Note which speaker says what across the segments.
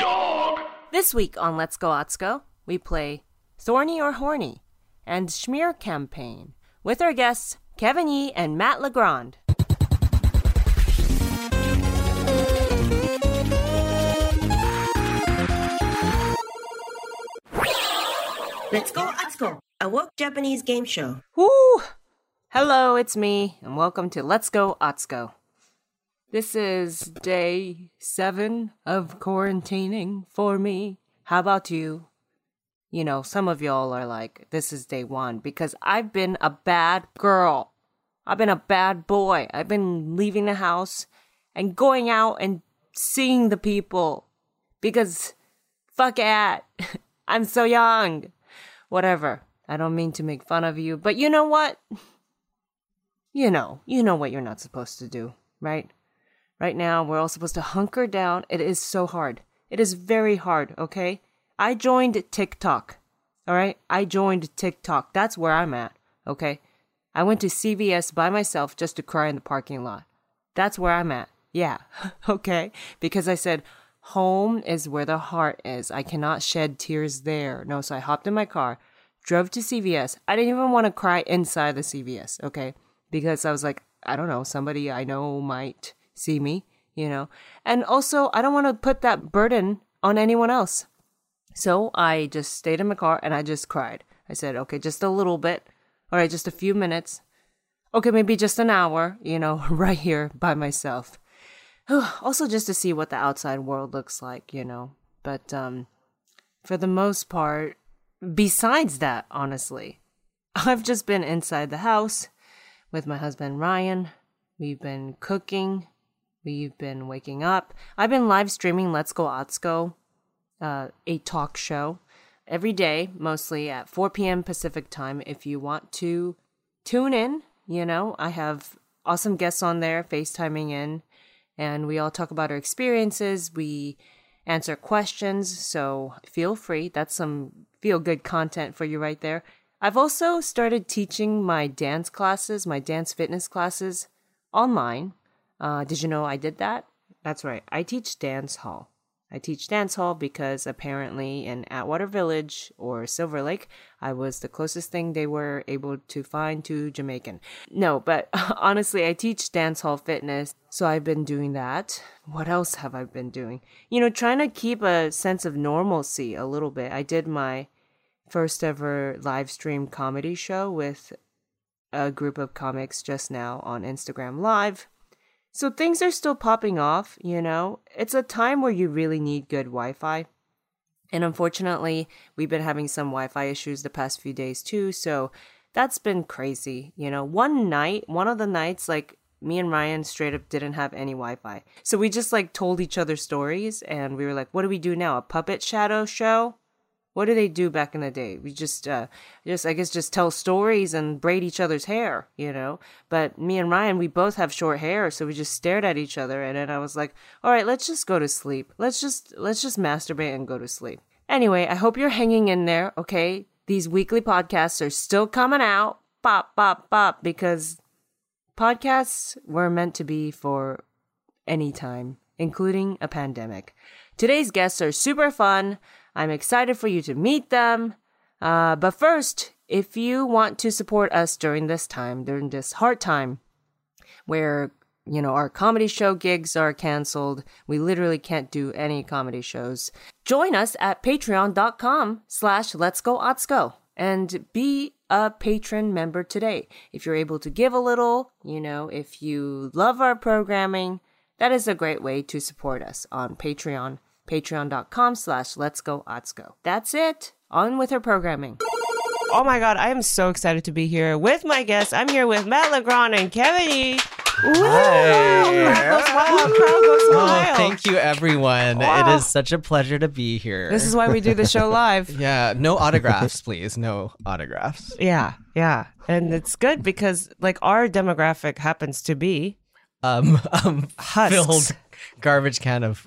Speaker 1: Dog.
Speaker 2: This week on Let's Go Otsko, we play Thorny or Horny and Schmear Campaign with our guests Kevin Yee and Matt Legrand.
Speaker 3: Let's go Atsuko, a woke Japanese game show.
Speaker 2: Woo! Hello, it's me, and welcome to Let's Go Otsko. This is day seven of quarantining for me. How about you? You know, some of y'all are like, this is day one because I've been a bad girl. I've been a bad boy. I've been leaving the house and going out and seeing the people because fuck at. I'm so young. Whatever. I don't mean to make fun of you, but you know what? You know, you know what you're not supposed to do, right? Right now, we're all supposed to hunker down. It is so hard. It is very hard, okay? I joined TikTok, all right? I joined TikTok. That's where I'm at, okay? I went to CVS by myself just to cry in the parking lot. That's where I'm at. Yeah. okay. Because I said, home is where the heart is. I cannot shed tears there. No, so I hopped in my car, drove to CVS. I didn't even want to cry inside the CVS. Okay. Because I was like, I don't know, somebody I know might see me, you know? And also, I don't want to put that burden on anyone else. So I just stayed in my car and I just cried. I said, okay, just a little bit. All right, just a few minutes okay, maybe just an hour, you know, right here by myself. also, just to see what the outside world looks like, you know. But um, for the most part, besides that, honestly, I've just been inside the house with my husband Ryan. We've been cooking. We've been waking up. I've been live streaming Let's Go Otsko, uh, a talk show, every day, mostly at 4 p.m. Pacific time. If you want to tune in. You know, I have awesome guests on there, FaceTiming in, and we all talk about our experiences. We answer questions, so feel free. That's some feel good content for you right there. I've also started teaching my dance classes, my dance fitness classes online. Uh, did you know I did that? That's right. I teach dance hall. I teach dance hall because apparently in Atwater Village or Silver Lake, I was the closest thing they were able to find to Jamaican. No, but honestly, I teach dance hall fitness, so I've been doing that. What else have I been doing? You know, trying to keep a sense of normalcy a little bit. I did my first ever live stream comedy show with a group of comics just now on Instagram Live. So things are still popping off, you know? It's a time where you really need good Wi Fi. And unfortunately, we've been having some Wi Fi issues the past few days too. So that's been crazy, you know? One night, one of the nights, like me and Ryan straight up didn't have any Wi Fi. So we just like told each other stories and we were like, what do we do now? A puppet shadow show? What do they do back in the day? We just, uh, just I guess, just tell stories and braid each other's hair, you know. But me and Ryan, we both have short hair, so we just stared at each other, and then I was like, "All right, let's just go to sleep. Let's just let's just masturbate and go to sleep." Anyway, I hope you're hanging in there, okay? These weekly podcasts are still coming out, pop, pop, pop, because podcasts were meant to be for any time, including a pandemic. Today's guests are super fun. I'm excited for you to meet them. Uh, but first, if you want to support us during this time, during this hard time, where
Speaker 4: you know, our comedy show gigs are canceled. We literally can't do any comedy shows. Join us at patreon.com slash let's go Otsko and be a patron member today. If you're able to give a little, you know, if you love our programming, that is a great way to support us on Patreon, patreon.com slash let's go Otsko. That's it. On with our programming.
Speaker 2: Oh my God, I am so excited to be here with my guests. I'm here with Matt Legrand and Kevin Yee. Crowd goes wild, crowd goes
Speaker 5: Oh,
Speaker 2: wild.
Speaker 5: thank you, everyone. It is such a pleasure to be here.
Speaker 2: This is why we do the show live.
Speaker 5: yeah, no autographs, please. No autographs.
Speaker 2: yeah, yeah. And it's good because like our demographic happens to be
Speaker 5: Um, um
Speaker 2: husks.
Speaker 5: filled garbage can of.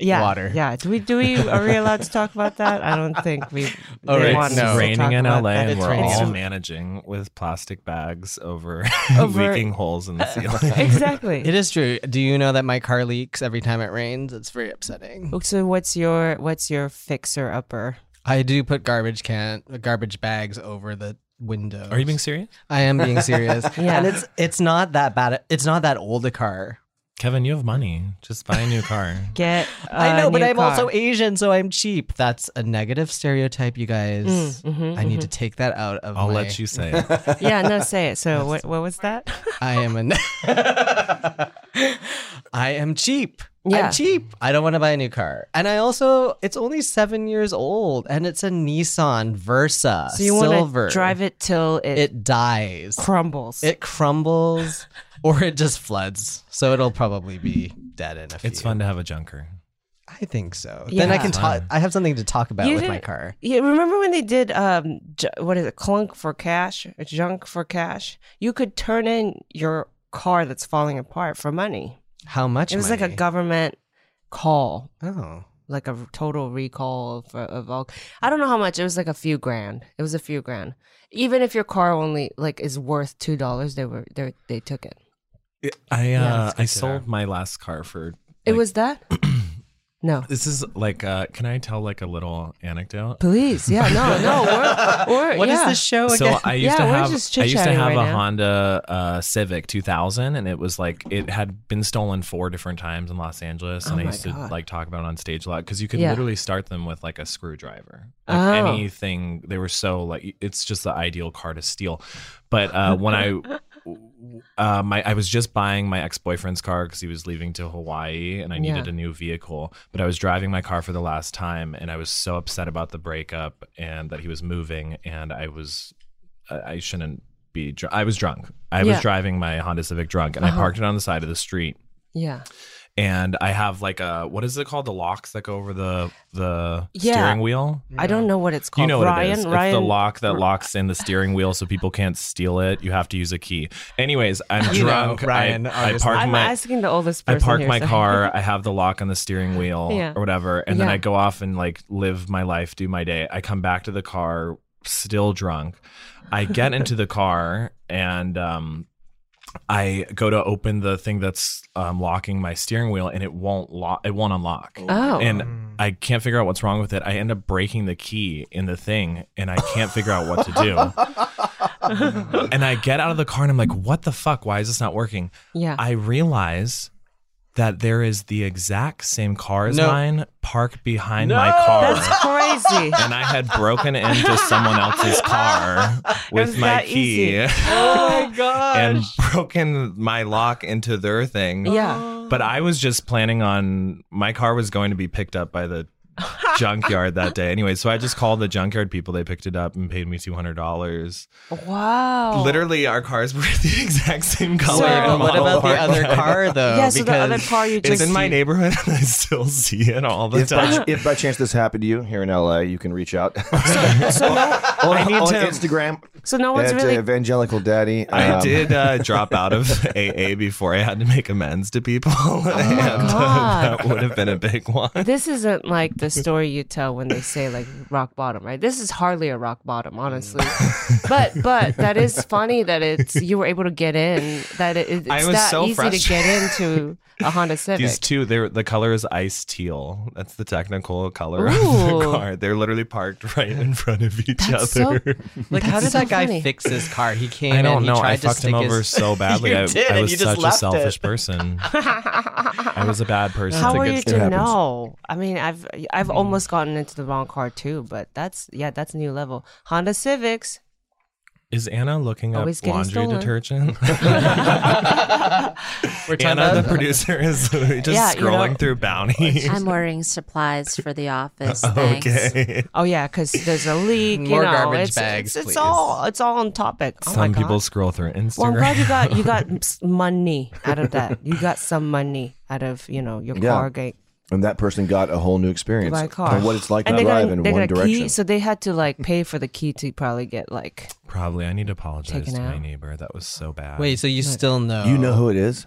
Speaker 2: yeah,
Speaker 5: water.
Speaker 2: Yeah. Do we do we are we allowed to talk about that? I don't think we
Speaker 5: Oh,
Speaker 2: they
Speaker 5: right,
Speaker 2: want
Speaker 5: no.
Speaker 2: us
Speaker 6: It's
Speaker 2: to talk
Speaker 6: raining in
Speaker 2: about
Speaker 6: LA,
Speaker 2: that.
Speaker 6: and
Speaker 5: It's
Speaker 6: we're
Speaker 5: raining.
Speaker 6: all
Speaker 5: It's-
Speaker 6: managing with plastic bags over,
Speaker 2: Over-
Speaker 6: leaking holes in the ceiling.
Speaker 2: Exactly.
Speaker 5: It is true. Do you know that my car leaks every time it rains? It's very upsetting.
Speaker 2: so what's your what's your fixer upper?
Speaker 5: I do put garbage can, garbage bags over the windows.
Speaker 6: Are you being serious,
Speaker 5: I am being serious.
Speaker 2: Yeah.
Speaker 5: and it's it's not that bad. It's not that old a car.
Speaker 6: Kevin? You have money. Just buy a new car.
Speaker 2: Get
Speaker 5: I
Speaker 2: a
Speaker 5: know, but
Speaker 2: new
Speaker 5: I'm
Speaker 2: car.
Speaker 5: also Asian, so I'm cheap. That's a negative stereotype, you guys.
Speaker 2: Mm, mhm,
Speaker 5: I need to take that out of.
Speaker 6: I'll
Speaker 5: my-
Speaker 6: let you say it.
Speaker 2: yeah, no, say it. So what what was that?
Speaker 5: I am a. I am cheap.
Speaker 2: Yeah.
Speaker 5: I'm cheap. I don't want to buy a new car, and I also it's only seven years old, and it's a Nissan Versa
Speaker 2: So you want
Speaker 5: silver.
Speaker 2: to drive it till it,
Speaker 5: It dies.
Speaker 2: crumbles.
Speaker 5: it crumbles, or it just floods. So it'll probably be dead in a few.
Speaker 6: It's fun to have a junker.
Speaker 5: I think so. Then
Speaker 2: Yeah.
Speaker 5: I can talk.
Speaker 6: Fun.
Speaker 5: I have something to talk about
Speaker 2: You
Speaker 5: with my
Speaker 2: didn't-
Speaker 5: car.
Speaker 2: Yeah, remember when they did um, j- what is it, clunk for cash, or junk for cash? You could turn in your car that's falling apart for money.
Speaker 5: How much?
Speaker 2: it was like a
Speaker 5: money?
Speaker 2: government call,
Speaker 5: Oh,
Speaker 2: like a total recall for, of all. I don't know how much. It was like a few grand. It was a few grand. Even if your car only like is worth two dollars, they were they they took it.
Speaker 6: I uh,
Speaker 2: Yeah,
Speaker 6: I sold my last car for.
Speaker 2: It
Speaker 6: like-
Speaker 2: was that. no,
Speaker 6: This is like. Uh, can I tell like a little anecdote?
Speaker 2: please. Yeah, no, no. We're, we're,
Speaker 5: what is
Speaker 2: yeah.
Speaker 5: this show again?
Speaker 6: So I used
Speaker 2: Yeah,
Speaker 6: to
Speaker 2: we're
Speaker 6: have
Speaker 2: just
Speaker 6: I used to
Speaker 2: chit-chatting
Speaker 6: have
Speaker 2: right
Speaker 6: a
Speaker 2: now.
Speaker 6: Honda uh, Civic 2000, and it was like it had been stolen four different times in Los Angeles,
Speaker 2: Oh
Speaker 6: and I
Speaker 2: my
Speaker 6: used
Speaker 2: God.
Speaker 6: to like talk about it on stage a lot because you could
Speaker 2: Yeah.
Speaker 6: literally start them with like a screwdriver, like
Speaker 2: Oh.
Speaker 6: anything. They were so like it's just the ideal car to steal. But uh, when I uh, my I was just buying my ex boyfriend's car because he was leaving to Hawaii, and I needed
Speaker 2: Yeah.
Speaker 6: a new vehicle. But I was driving my car for the last time, and I was so upset about the breakup and that he was moving, and I was I, I shouldn't be. Dr- I was drunk. I
Speaker 2: Yeah. Uh-huh.
Speaker 6: was driving my Honda Civic drunk, and I parked it on the side of the street.
Speaker 2: Yeah.
Speaker 6: And I have like a what is it called? The locks that go over the the
Speaker 2: Yeah.
Speaker 6: steering wheel.
Speaker 5: Mm-hmm.
Speaker 2: I don't know what it's called.
Speaker 6: You know what
Speaker 2: Ryan,
Speaker 6: it is.
Speaker 2: Ryan,
Speaker 6: it's the lock that locks in the steering wheel so people can't steal it. You have to use a key. Anyways, I'm
Speaker 5: You know,
Speaker 6: drunk.
Speaker 5: Ryan,
Speaker 6: I, I
Speaker 5: obviously.
Speaker 6: parked
Speaker 2: I'm
Speaker 6: my
Speaker 2: asking the oldest
Speaker 6: I
Speaker 2: person.
Speaker 6: park
Speaker 2: here,
Speaker 6: my
Speaker 2: so-
Speaker 6: car. I have the lock on the steering wheel
Speaker 2: Yeah.
Speaker 6: or whatever, and then
Speaker 2: Yeah.
Speaker 6: I go off and like live my life, do my day. I come back to the car still drunk. I get into the car and um, I go to open the thing that's um, locking my steering wheel, and it won't lock. It won't unlock.
Speaker 2: Oh,
Speaker 5: Mm.
Speaker 6: And I can't figure out what's wrong with it. I end up breaking the key in the thing and I can't figure out what to do. and I get out of the car and I'm like, what the fuck? Why is this not working?
Speaker 2: yeah.
Speaker 6: I realize that there is the exact same car as
Speaker 5: No.
Speaker 6: mine parked behind my car.
Speaker 2: That's crazy.
Speaker 6: and I had broken into someone else's car with
Speaker 2: was
Speaker 6: my
Speaker 2: that easy.
Speaker 6: key
Speaker 5: oh my god!
Speaker 6: and broken my lock into their thing.
Speaker 2: yeah.
Speaker 6: But I was just planning on my car was going to be picked up by the junkyard that day anyway. So I just called the junkyard people. They picked it up and paid me two hundred dollars.
Speaker 2: Wow.
Speaker 6: Literally, our cars were the exact same color.
Speaker 2: So-
Speaker 6: and
Speaker 5: Oh. but what
Speaker 6: model
Speaker 5: about the
Speaker 6: part,
Speaker 5: other
Speaker 6: but I-
Speaker 5: car though?
Speaker 2: Yeah, so the other
Speaker 5: Because
Speaker 2: car you
Speaker 6: uh, It's
Speaker 2: just
Speaker 6: in my neighborhood, and I still see it all the
Speaker 7: If by,
Speaker 6: time.
Speaker 7: if by chance this happened to you here in LA, you can reach out on,
Speaker 6: I need
Speaker 7: on
Speaker 6: to-
Speaker 7: Instagram
Speaker 2: So no one's
Speaker 7: at
Speaker 2: really.
Speaker 7: uh, Evangelical Daddy.
Speaker 6: I
Speaker 7: Um,
Speaker 6: did uh, drop out of AA before I had to make amends to people. Oh my
Speaker 2: God.
Speaker 6: that would have been a big one.
Speaker 2: this isn't like the story you tell when they say like rock bottom, right? This is hardly a rock bottom, honestly. but but that is funny that it's you were able to get in. That it, it's
Speaker 6: I was
Speaker 2: that
Speaker 6: so
Speaker 2: easy to get
Speaker 6: frustrated.
Speaker 2: into a Honda Civic.
Speaker 6: These two, they're the color is ice teal. That's the technical color of the
Speaker 2: Ooh.
Speaker 6: car. They're literally parked right in front of each
Speaker 2: That's so-
Speaker 6: other.
Speaker 5: Like, how
Speaker 2: That's
Speaker 5: did
Speaker 2: so
Speaker 5: that guy
Speaker 2: funny.
Speaker 5: fix his car? He came
Speaker 6: I don't
Speaker 5: in,
Speaker 6: know.
Speaker 5: he tried
Speaker 6: I
Speaker 5: to
Speaker 6: fucked him
Speaker 5: stick his-
Speaker 6: over so badly.
Speaker 5: You
Speaker 6: I,
Speaker 5: did,
Speaker 6: I
Speaker 5: and
Speaker 6: was
Speaker 5: you just
Speaker 6: such a
Speaker 5: left it.
Speaker 6: selfish person. I was a bad person.
Speaker 2: How
Speaker 6: It's a
Speaker 2: are
Speaker 6: good
Speaker 2: you
Speaker 6: story.
Speaker 2: to know? I mean, I've I've almost gotten into the wrong car too, but that's yeah, that's new level. Honda Civics.
Speaker 6: Is Anna looking up
Speaker 2: Always getting
Speaker 6: laundry
Speaker 2: stolen.
Speaker 6: detergent?
Speaker 5: We're talking
Speaker 6: Anna, the
Speaker 5: about
Speaker 6: producer, is literally just
Speaker 2: Yeah, you know-
Speaker 6: scrolling through bounty.
Speaker 8: I'm ordering supplies for the office. Thanks.
Speaker 6: okay.
Speaker 2: Oh yeah, because there's a leak.
Speaker 5: More
Speaker 2: you know,
Speaker 5: garbage
Speaker 2: it's,
Speaker 5: bags,
Speaker 2: It's, it's
Speaker 5: please.
Speaker 2: all it's all on topic. Oh
Speaker 6: Some
Speaker 2: my God.
Speaker 6: people scroll through Instagram.
Speaker 2: Well, I'm glad you got you got s- money out of that. You got some money out of you know your
Speaker 7: Yeah.
Speaker 2: car gate
Speaker 7: And that person got a whole new experience
Speaker 2: by car.
Speaker 7: on what it's like
Speaker 2: and
Speaker 7: to
Speaker 2: they got
Speaker 7: drive
Speaker 2: a-
Speaker 7: in
Speaker 2: they
Speaker 7: one
Speaker 2: got a
Speaker 7: direction.
Speaker 2: Key, so they had to like pay for the key to probably get like
Speaker 6: Probably. I need to apologize
Speaker 2: Taken
Speaker 6: to my
Speaker 2: out.
Speaker 6: neighbor. That was so bad.
Speaker 5: Wait, so you still know?
Speaker 7: you know who it is?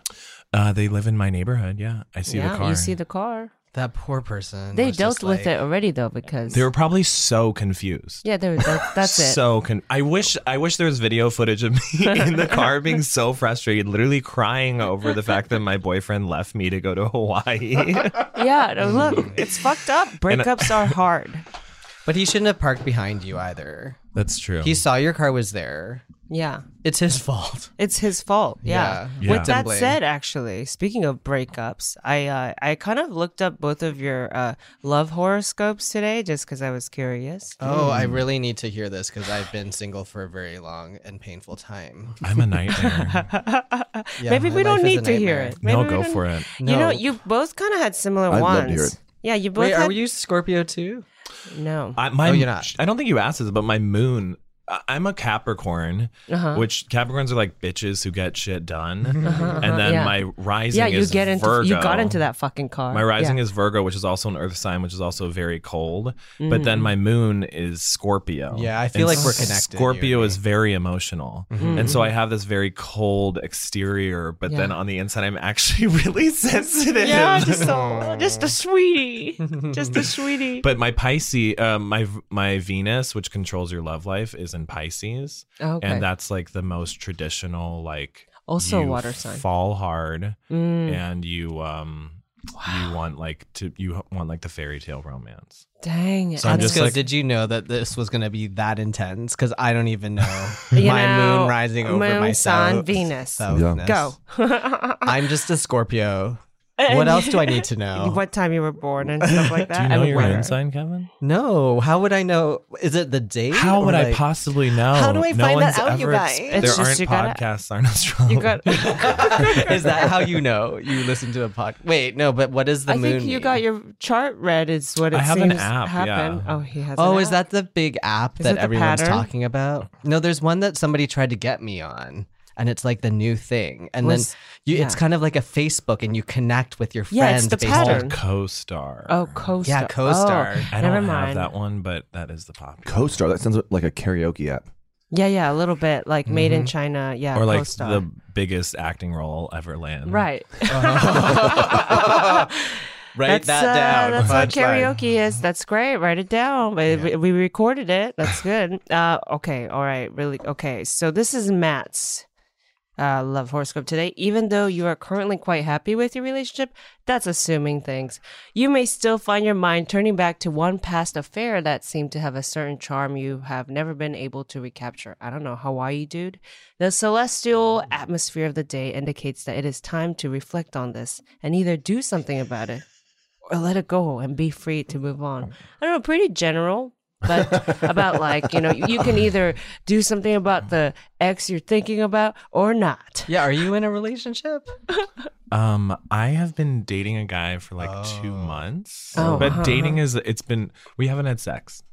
Speaker 6: Uh, they live in my neighborhood. Yeah, I see the
Speaker 2: yeah,
Speaker 6: car.
Speaker 2: you see the car.
Speaker 5: that poor person.
Speaker 2: They
Speaker 5: was
Speaker 2: dealt
Speaker 5: just
Speaker 2: with
Speaker 5: like-
Speaker 2: it already though because
Speaker 6: They were probably so confused.
Speaker 2: yeah, they were, that, that's it.
Speaker 6: So con- I wish I wish there was video footage of me in the car being so frustrated, literally crying over the fact that my boyfriend left me to go to Hawaii.
Speaker 2: Yeah, no, look, it's fucked up. Breakups are hard.
Speaker 5: But he shouldn't have parked behind you either.
Speaker 6: That's true.
Speaker 5: He saw your car was there.
Speaker 2: Yeah.
Speaker 5: It's his fault.
Speaker 2: It's his fault. Yeah.
Speaker 5: Yeah.
Speaker 6: Yeah.
Speaker 2: With that
Speaker 5: Definitely.
Speaker 2: said, actually, speaking of breakups, I uh, I kind of looked up both of your uh, love horoscopes today just because I was curious.
Speaker 5: Oh, I
Speaker 2: Hmm.
Speaker 5: really need to hear this because I've been single for a very long and painful time.
Speaker 6: I'm a nightmare.
Speaker 5: Yeah,
Speaker 2: Maybe
Speaker 5: my
Speaker 2: we don't
Speaker 5: life is a
Speaker 2: need to hear
Speaker 5: nightmare.
Speaker 2: it. Maybe
Speaker 6: no,
Speaker 2: we
Speaker 6: go
Speaker 2: don't-
Speaker 6: for it.
Speaker 2: You
Speaker 5: No.
Speaker 2: know, you both kind of had similar ones.
Speaker 7: I'd love to hear it.
Speaker 2: Yeah, you both
Speaker 5: Wait,
Speaker 2: had.
Speaker 5: are you Scorpio too?
Speaker 2: No.
Speaker 6: I, my,
Speaker 5: Oh, you're not.
Speaker 6: I don't think you asked this, but my moon. I- I'm a Capricorn,
Speaker 2: Uh-huh.
Speaker 6: which Capricorns are like bitches who get shit done, and then
Speaker 2: yeah.
Speaker 6: my rising
Speaker 2: yeah, you
Speaker 6: is
Speaker 2: get into
Speaker 6: Virgo.
Speaker 2: you got into that fucking car.
Speaker 6: My rising
Speaker 2: yeah.
Speaker 6: is Virgo, which is also an Earth sign, which is also very cold. But
Speaker 2: Mm.
Speaker 6: then my moon is Scorpio.
Speaker 5: Yeah, I feel like we're connected, you
Speaker 6: Scorpio
Speaker 5: and
Speaker 6: is very emotional,
Speaker 2: Mm.
Speaker 6: and so I have this very cold exterior, but then
Speaker 2: Mm-hmm. Yeah.
Speaker 6: on the inside, I'm actually really sensitive.
Speaker 2: yeah, just a, just a sweetie, just a sweetie.
Speaker 6: But my Pisces, uh, my my Venus, which controls your love life, is in Pisces,
Speaker 2: okay.
Speaker 6: and that's like the most traditional. Like
Speaker 2: Also a
Speaker 6: you
Speaker 2: water sign.
Speaker 6: Fall hard,
Speaker 2: Mm.
Speaker 6: and you um, you want like to you want like the fairy tale romance.
Speaker 2: Dang.
Speaker 6: So I'm
Speaker 2: That's
Speaker 6: just
Speaker 5: Because
Speaker 6: like-
Speaker 5: did you know that this was going to be that intense? Because I don't even know
Speaker 2: You
Speaker 5: my
Speaker 2: know,
Speaker 5: moon rising over
Speaker 2: moon,
Speaker 5: my
Speaker 2: sun,
Speaker 5: south-
Speaker 2: Venus.
Speaker 5: southness.
Speaker 2: Go.
Speaker 5: I'm just a Scorpio. What else do I need to know?
Speaker 2: What time you were born and stuff like that.
Speaker 6: Do you know
Speaker 2: and
Speaker 6: your
Speaker 2: where.
Speaker 6: moon sign, Kevin?
Speaker 5: No, how would I know? Is it the date?
Speaker 6: How
Speaker 5: or,
Speaker 6: would I
Speaker 5: like-
Speaker 6: possibly know?
Speaker 5: How do I
Speaker 6: no
Speaker 5: find that
Speaker 6: one's
Speaker 5: out, you
Speaker 6: ever
Speaker 5: guys?
Speaker 2: It's
Speaker 6: exp- there
Speaker 2: just
Speaker 6: aren't
Speaker 2: you gotta-
Speaker 6: podcasts, aren't astrology.
Speaker 2: You got.
Speaker 5: is that how you know? You listen to a pod. Wait, no, but what is the
Speaker 2: I
Speaker 5: moon?
Speaker 2: think you
Speaker 5: mean?
Speaker 2: got your chart read. Is what it
Speaker 6: I have an
Speaker 2: seems
Speaker 6: app,
Speaker 2: happened.
Speaker 6: yeah.
Speaker 2: Oh, he has.
Speaker 5: Oh,
Speaker 2: an
Speaker 5: is
Speaker 2: app.
Speaker 5: that the big app
Speaker 2: Is it
Speaker 5: that
Speaker 2: the
Speaker 5: everyone's
Speaker 2: pattern?
Speaker 5: talking about? No, there's one that somebody tried to get me on, and it's like the new thing. And
Speaker 2: Was-
Speaker 5: then you, it's
Speaker 2: yeah.
Speaker 5: kind of like a Facebook, and you connect with your
Speaker 2: Yeah,
Speaker 5: friends.
Speaker 2: it's the
Speaker 5: based on-
Speaker 2: pattern.
Speaker 6: co-star.
Speaker 2: Oh, co-star.
Speaker 5: Yeah, co-star.
Speaker 2: Oh,
Speaker 6: I don't
Speaker 2: never
Speaker 6: have
Speaker 2: mind.
Speaker 6: that one, but that is the popular.
Speaker 7: CoStar. That sounds like a karaoke app.
Speaker 2: Yeah, yeah, a little bit like made
Speaker 5: Mm-hmm.
Speaker 2: in China. Yeah,
Speaker 6: or like
Speaker 2: co-star.
Speaker 6: the biggest acting role I'll ever land.
Speaker 2: right.
Speaker 5: Write
Speaker 2: that's,
Speaker 5: Uh-huh. that down.
Speaker 2: Uh, that's what
Speaker 5: Punchline.
Speaker 2: karaoke is. That's great. Write it down. We, we- we recorded it. That's good. Uh, okay. All right. Really. Okay. So this is Matt's uh, love horoscope today. Even though you are currently quite happy with your relationship, that's assuming things. You may still find your mind turning back to one past affair that seemed to have a certain charm you have never been able to recapture. I don't know, Hawaii, dude. The celestial atmosphere of the day indicates that it is time to reflect on this and either do something about it or let it go and be free to move on. I don't know, pretty general, but about like, you know, you can either do something about the ex you're thinking about or not.
Speaker 5: Yeah, are you in a relationship?
Speaker 6: Um, I have been dating a guy for like two months,
Speaker 2: Oh,
Speaker 6: but
Speaker 2: uh-huh,
Speaker 6: dating is it's been we haven't had sex,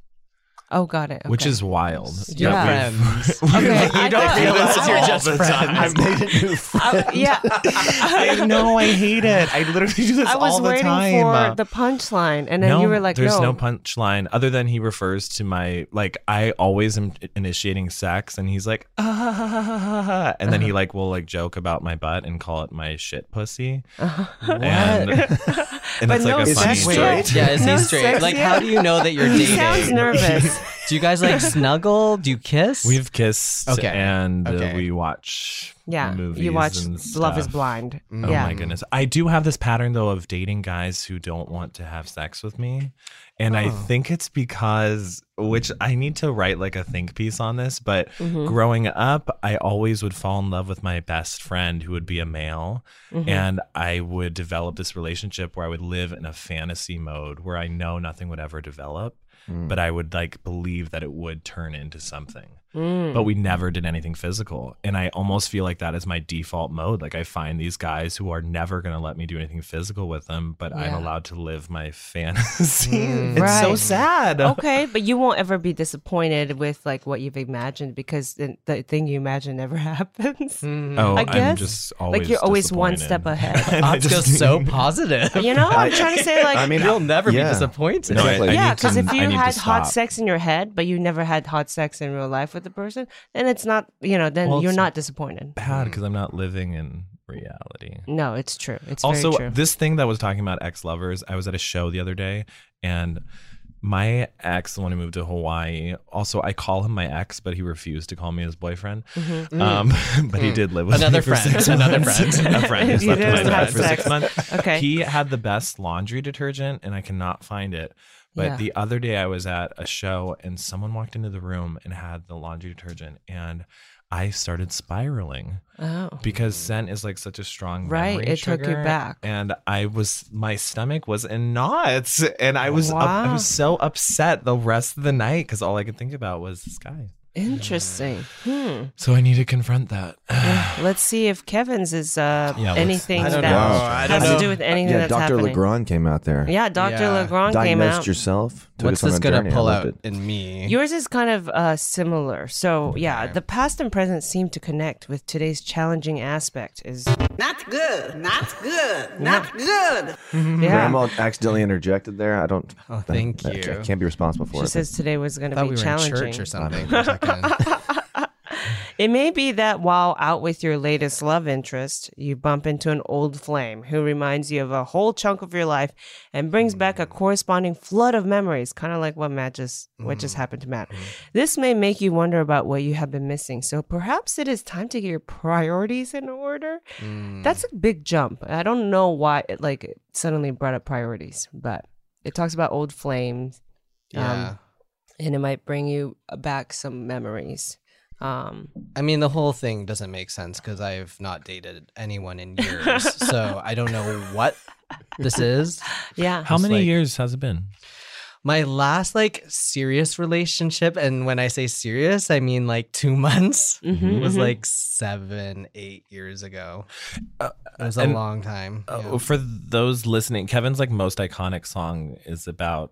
Speaker 2: Oh, got it.
Speaker 6: which
Speaker 2: Okay.
Speaker 6: is wild.
Speaker 5: You're
Speaker 2: Yeah.
Speaker 6: That we've-
Speaker 5: friends.
Speaker 2: Okay,
Speaker 6: you
Speaker 2: I
Speaker 6: don't
Speaker 2: thought-
Speaker 6: do this
Speaker 5: You're
Speaker 6: all
Speaker 5: just
Speaker 6: the
Speaker 5: friends.
Speaker 6: time.
Speaker 5: I've
Speaker 7: made a new friend.
Speaker 2: yeah.
Speaker 6: I know I hate it. I literally do this
Speaker 2: I was
Speaker 6: all the
Speaker 2: waiting
Speaker 6: time. uh,
Speaker 2: for the punchline and then
Speaker 6: no,
Speaker 2: you were like,
Speaker 6: there's
Speaker 2: no.
Speaker 6: no. punchline other than he refers to my like I always am initiating sex and he's like ah, and
Speaker 2: Uh-huh.
Speaker 6: then he like will like joke about my butt and call it my shit pussy. And, and it's
Speaker 2: Uh-huh. no
Speaker 6: like a
Speaker 2: sex
Speaker 6: funny
Speaker 7: Wait,
Speaker 6: joke.
Speaker 7: straight?
Speaker 5: Yeah, is
Speaker 2: No
Speaker 5: he straight?
Speaker 2: sex
Speaker 5: like,
Speaker 2: yet.
Speaker 5: how do you know that you're
Speaker 2: he
Speaker 5: dating?
Speaker 2: sounds nervous.
Speaker 5: Do you guys like snuggle? Do you kiss?
Speaker 6: We've kissed
Speaker 5: Okay.
Speaker 6: and uh,
Speaker 5: Okay.
Speaker 6: we watch
Speaker 2: Yeah,
Speaker 6: movies.
Speaker 2: you watch
Speaker 6: and
Speaker 2: Love is
Speaker 6: stuff.
Speaker 2: Blind.
Speaker 6: Oh
Speaker 2: yeah.
Speaker 6: my goodness. I do have this pattern though of dating guys who don't want to have sex with me. And I
Speaker 2: Oh.
Speaker 6: think it's because which I need to write like a think piece on this, but
Speaker 2: Mhm.
Speaker 6: growing up, I always would fall in love with my best friend who would be a male.
Speaker 2: Mhm.
Speaker 6: And I would develop this relationship where I would live in a fantasy mode where I know nothing would ever develop, but I would like believe that it would turn into something
Speaker 2: Mm.
Speaker 6: but we never did anything physical. And I almost feel like that is my default mode. Like I find these guys who are never going to let me do anything physical with them, but I'm
Speaker 2: Yeah.
Speaker 6: allowed to live my fantasy.
Speaker 2: Mm.
Speaker 6: it's so
Speaker 2: Right.
Speaker 6: sad.
Speaker 2: okay, but you won't ever be disappointed with like what you've imagined because the, the thing you imagine never happens.
Speaker 6: Oh,
Speaker 2: I
Speaker 6: I'm
Speaker 2: guess.
Speaker 6: just
Speaker 2: like
Speaker 6: always
Speaker 2: you're always one
Speaker 6: disappointed.
Speaker 2: step ahead.
Speaker 6: And I
Speaker 5: Otzko's
Speaker 6: just-
Speaker 5: so positive.
Speaker 2: you know, I'm trying to say like
Speaker 7: I mean,
Speaker 5: You'll never
Speaker 7: yeah.
Speaker 5: be disappointed.
Speaker 7: No, I- I
Speaker 2: yeah,
Speaker 6: need
Speaker 2: because
Speaker 6: to-
Speaker 2: if
Speaker 6: I
Speaker 2: you
Speaker 6: need to
Speaker 2: had hot
Speaker 6: stop.
Speaker 2: sex in your head, but you never had hot sex in real life with the person, then it's not, you know, then
Speaker 6: Well,
Speaker 2: you're
Speaker 6: it's-
Speaker 2: not disappointed.
Speaker 6: bad because I'm not living in reality.
Speaker 2: No, it's true. It's
Speaker 6: also,
Speaker 2: very true.
Speaker 6: this thing that was talking about ex lovers, I was at a show the other day and my ex, the one who moved to Hawaii, also I call him my ex, but he refused to call me his boyfriend.
Speaker 2: Mm-hmm.
Speaker 6: Um, but he did live with
Speaker 5: Mm. Another
Speaker 6: me for
Speaker 5: friend.
Speaker 6: Six
Speaker 5: Another
Speaker 6: months.
Speaker 5: friend.
Speaker 6: a friend who's
Speaker 2: Mm. You
Speaker 6: left with my
Speaker 2: didn't have
Speaker 6: dad for six
Speaker 2: sex.
Speaker 6: months.
Speaker 2: Okay.
Speaker 6: He had the best laundry detergent, and I cannot find it. But
Speaker 2: Yeah.
Speaker 6: the other day, I was at a show, and someone walked into the room and had the laundry detergent, and I started spiraling
Speaker 2: Oh.
Speaker 6: because scent is like such a strong
Speaker 2: Right,
Speaker 6: memory
Speaker 2: it took you
Speaker 6: trigger,
Speaker 2: back.
Speaker 6: and i was my stomach was in knots and i was up, i
Speaker 2: Wow.
Speaker 6: was so upset the rest of the night because all i could think about was this guy
Speaker 2: Interesting. Hmm.
Speaker 6: so i need to confront that
Speaker 2: Yeah, let's see if Kevin's is uh,
Speaker 6: Yeah, let's-
Speaker 2: anything
Speaker 5: I
Speaker 2: that
Speaker 5: don't know.
Speaker 7: Wow.
Speaker 5: Oh, I
Speaker 2: has
Speaker 5: don't
Speaker 2: to do
Speaker 5: know.
Speaker 2: with anything
Speaker 7: yeah,
Speaker 2: that's
Speaker 7: Dr.
Speaker 2: happening.
Speaker 7: Legrand came out there.
Speaker 2: Yeah, Dr.
Speaker 5: Yeah.
Speaker 2: Legrand came
Speaker 7: Diagnosed
Speaker 2: out.
Speaker 7: yourself. took
Speaker 5: What's
Speaker 7: us on
Speaker 5: this
Speaker 7: a
Speaker 5: gonna
Speaker 7: journey. I
Speaker 5: pull
Speaker 7: loved
Speaker 5: out
Speaker 7: it.
Speaker 5: in me?
Speaker 2: Yours is kind of uh, similar. So, yeah, the past and present seem to connect with today's challenging aspect is
Speaker 9: Not good. Not good. Not good.
Speaker 2: yeah.
Speaker 7: Grandma accidentally interjected there. I don't.
Speaker 5: Oh, thank
Speaker 7: I,
Speaker 5: you.
Speaker 7: I can't be responsible for
Speaker 2: She
Speaker 7: it.
Speaker 2: says today was going
Speaker 5: I
Speaker 2: to
Speaker 5: thought
Speaker 2: be
Speaker 5: we were in
Speaker 2: challenging.
Speaker 5: church or something. for a second.
Speaker 2: It may be that while out with your latest love interest, you bump into an old flame who reminds you of a whole chunk of your life and brings back a corresponding flood of memories, kind of like what Matt just what just happened to Matt. This may make you wonder about what you have been missing. So perhaps it is time to get your priorities in order.
Speaker 5: Mm.
Speaker 2: That's a big jump. I don't know why it like it suddenly brought up priorities, but it talks about old flames. um,
Speaker 5: yeah.
Speaker 2: and it might bring you back some memories. Um,
Speaker 5: I mean, the whole thing doesn't make sense because I've not dated anyone in years, so I don't know what this is.
Speaker 2: yeah.
Speaker 6: how
Speaker 5: Just
Speaker 6: many
Speaker 5: like-
Speaker 6: years has it been
Speaker 5: My last like serious relationship, and when I say serious, I mean like two months,
Speaker 2: Mhm,
Speaker 5: was
Speaker 2: mhm.
Speaker 5: like seven, eight years ago. it was a
Speaker 6: Uh, and-
Speaker 5: long time. yeah.
Speaker 6: Uh, for those listening kevin's like most iconic song is about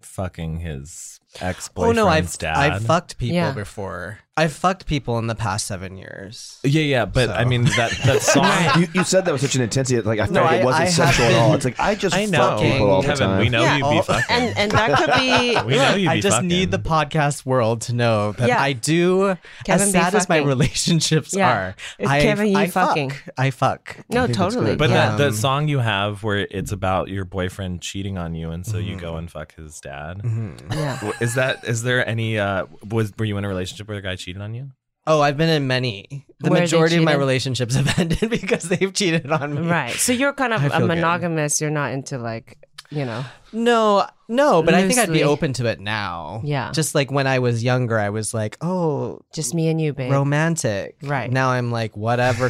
Speaker 6: fucking his
Speaker 5: Oh
Speaker 6: ex-boyfriend's
Speaker 5: no, I've
Speaker 6: dad
Speaker 5: I've fucked people
Speaker 2: Yeah.
Speaker 5: before. I've fucked people in the past seven years.
Speaker 6: yeah yeah but
Speaker 5: So.
Speaker 6: i mean that that song
Speaker 7: you, you said that with such an intensity. Like I felt
Speaker 5: No,
Speaker 7: like it
Speaker 5: I-
Speaker 7: wasn't
Speaker 5: I
Speaker 7: sexual
Speaker 5: have
Speaker 7: at all.
Speaker 5: been-
Speaker 7: It's like I just
Speaker 6: i know
Speaker 7: fuck people all the
Speaker 6: kevin
Speaker 7: time.
Speaker 6: we know
Speaker 2: Yeah. oh,
Speaker 6: you'd be fucking
Speaker 2: and and that could be
Speaker 6: we know Oh, you'd be
Speaker 5: I just
Speaker 6: fucking.
Speaker 5: need the podcast world to know that
Speaker 2: Yeah.
Speaker 5: I do.
Speaker 2: Kevin
Speaker 5: as
Speaker 2: be
Speaker 5: sad as my
Speaker 2: fucking.
Speaker 5: relationships
Speaker 2: Yeah.
Speaker 5: are,
Speaker 2: It's
Speaker 5: I,
Speaker 2: Kevin, you
Speaker 5: I
Speaker 2: fucking.
Speaker 5: Fuck, I fuck.
Speaker 2: no,
Speaker 7: think that's
Speaker 2: totally.
Speaker 7: good.
Speaker 6: But
Speaker 2: yeah.
Speaker 6: that the
Speaker 5: Um,
Speaker 6: song you have where it's about your boyfriend cheating on you, and so you go
Speaker 2: Mm-hmm.
Speaker 6: and fuck his dad.
Speaker 5: Um,
Speaker 2: yeah.
Speaker 6: W- Is that is there any uh was were you in a relationship where a guy cheated on you?
Speaker 5: Oh, I've been in many. The
Speaker 2: Where they
Speaker 5: majority of my
Speaker 2: cheated?
Speaker 5: relationships have ended because they've cheated on me.
Speaker 2: Right. So you're kind of
Speaker 5: I feel
Speaker 2: a
Speaker 5: good.
Speaker 2: monogamous. You're not into like, you know.
Speaker 5: No, no, but I think I'd
Speaker 2: Loosely.
Speaker 5: be open to it now.
Speaker 2: Yeah.
Speaker 5: Just like when I was younger, I was like, oh,
Speaker 2: Just me and you, babe.
Speaker 5: romantic.
Speaker 2: Right.
Speaker 5: Now I'm like, whatever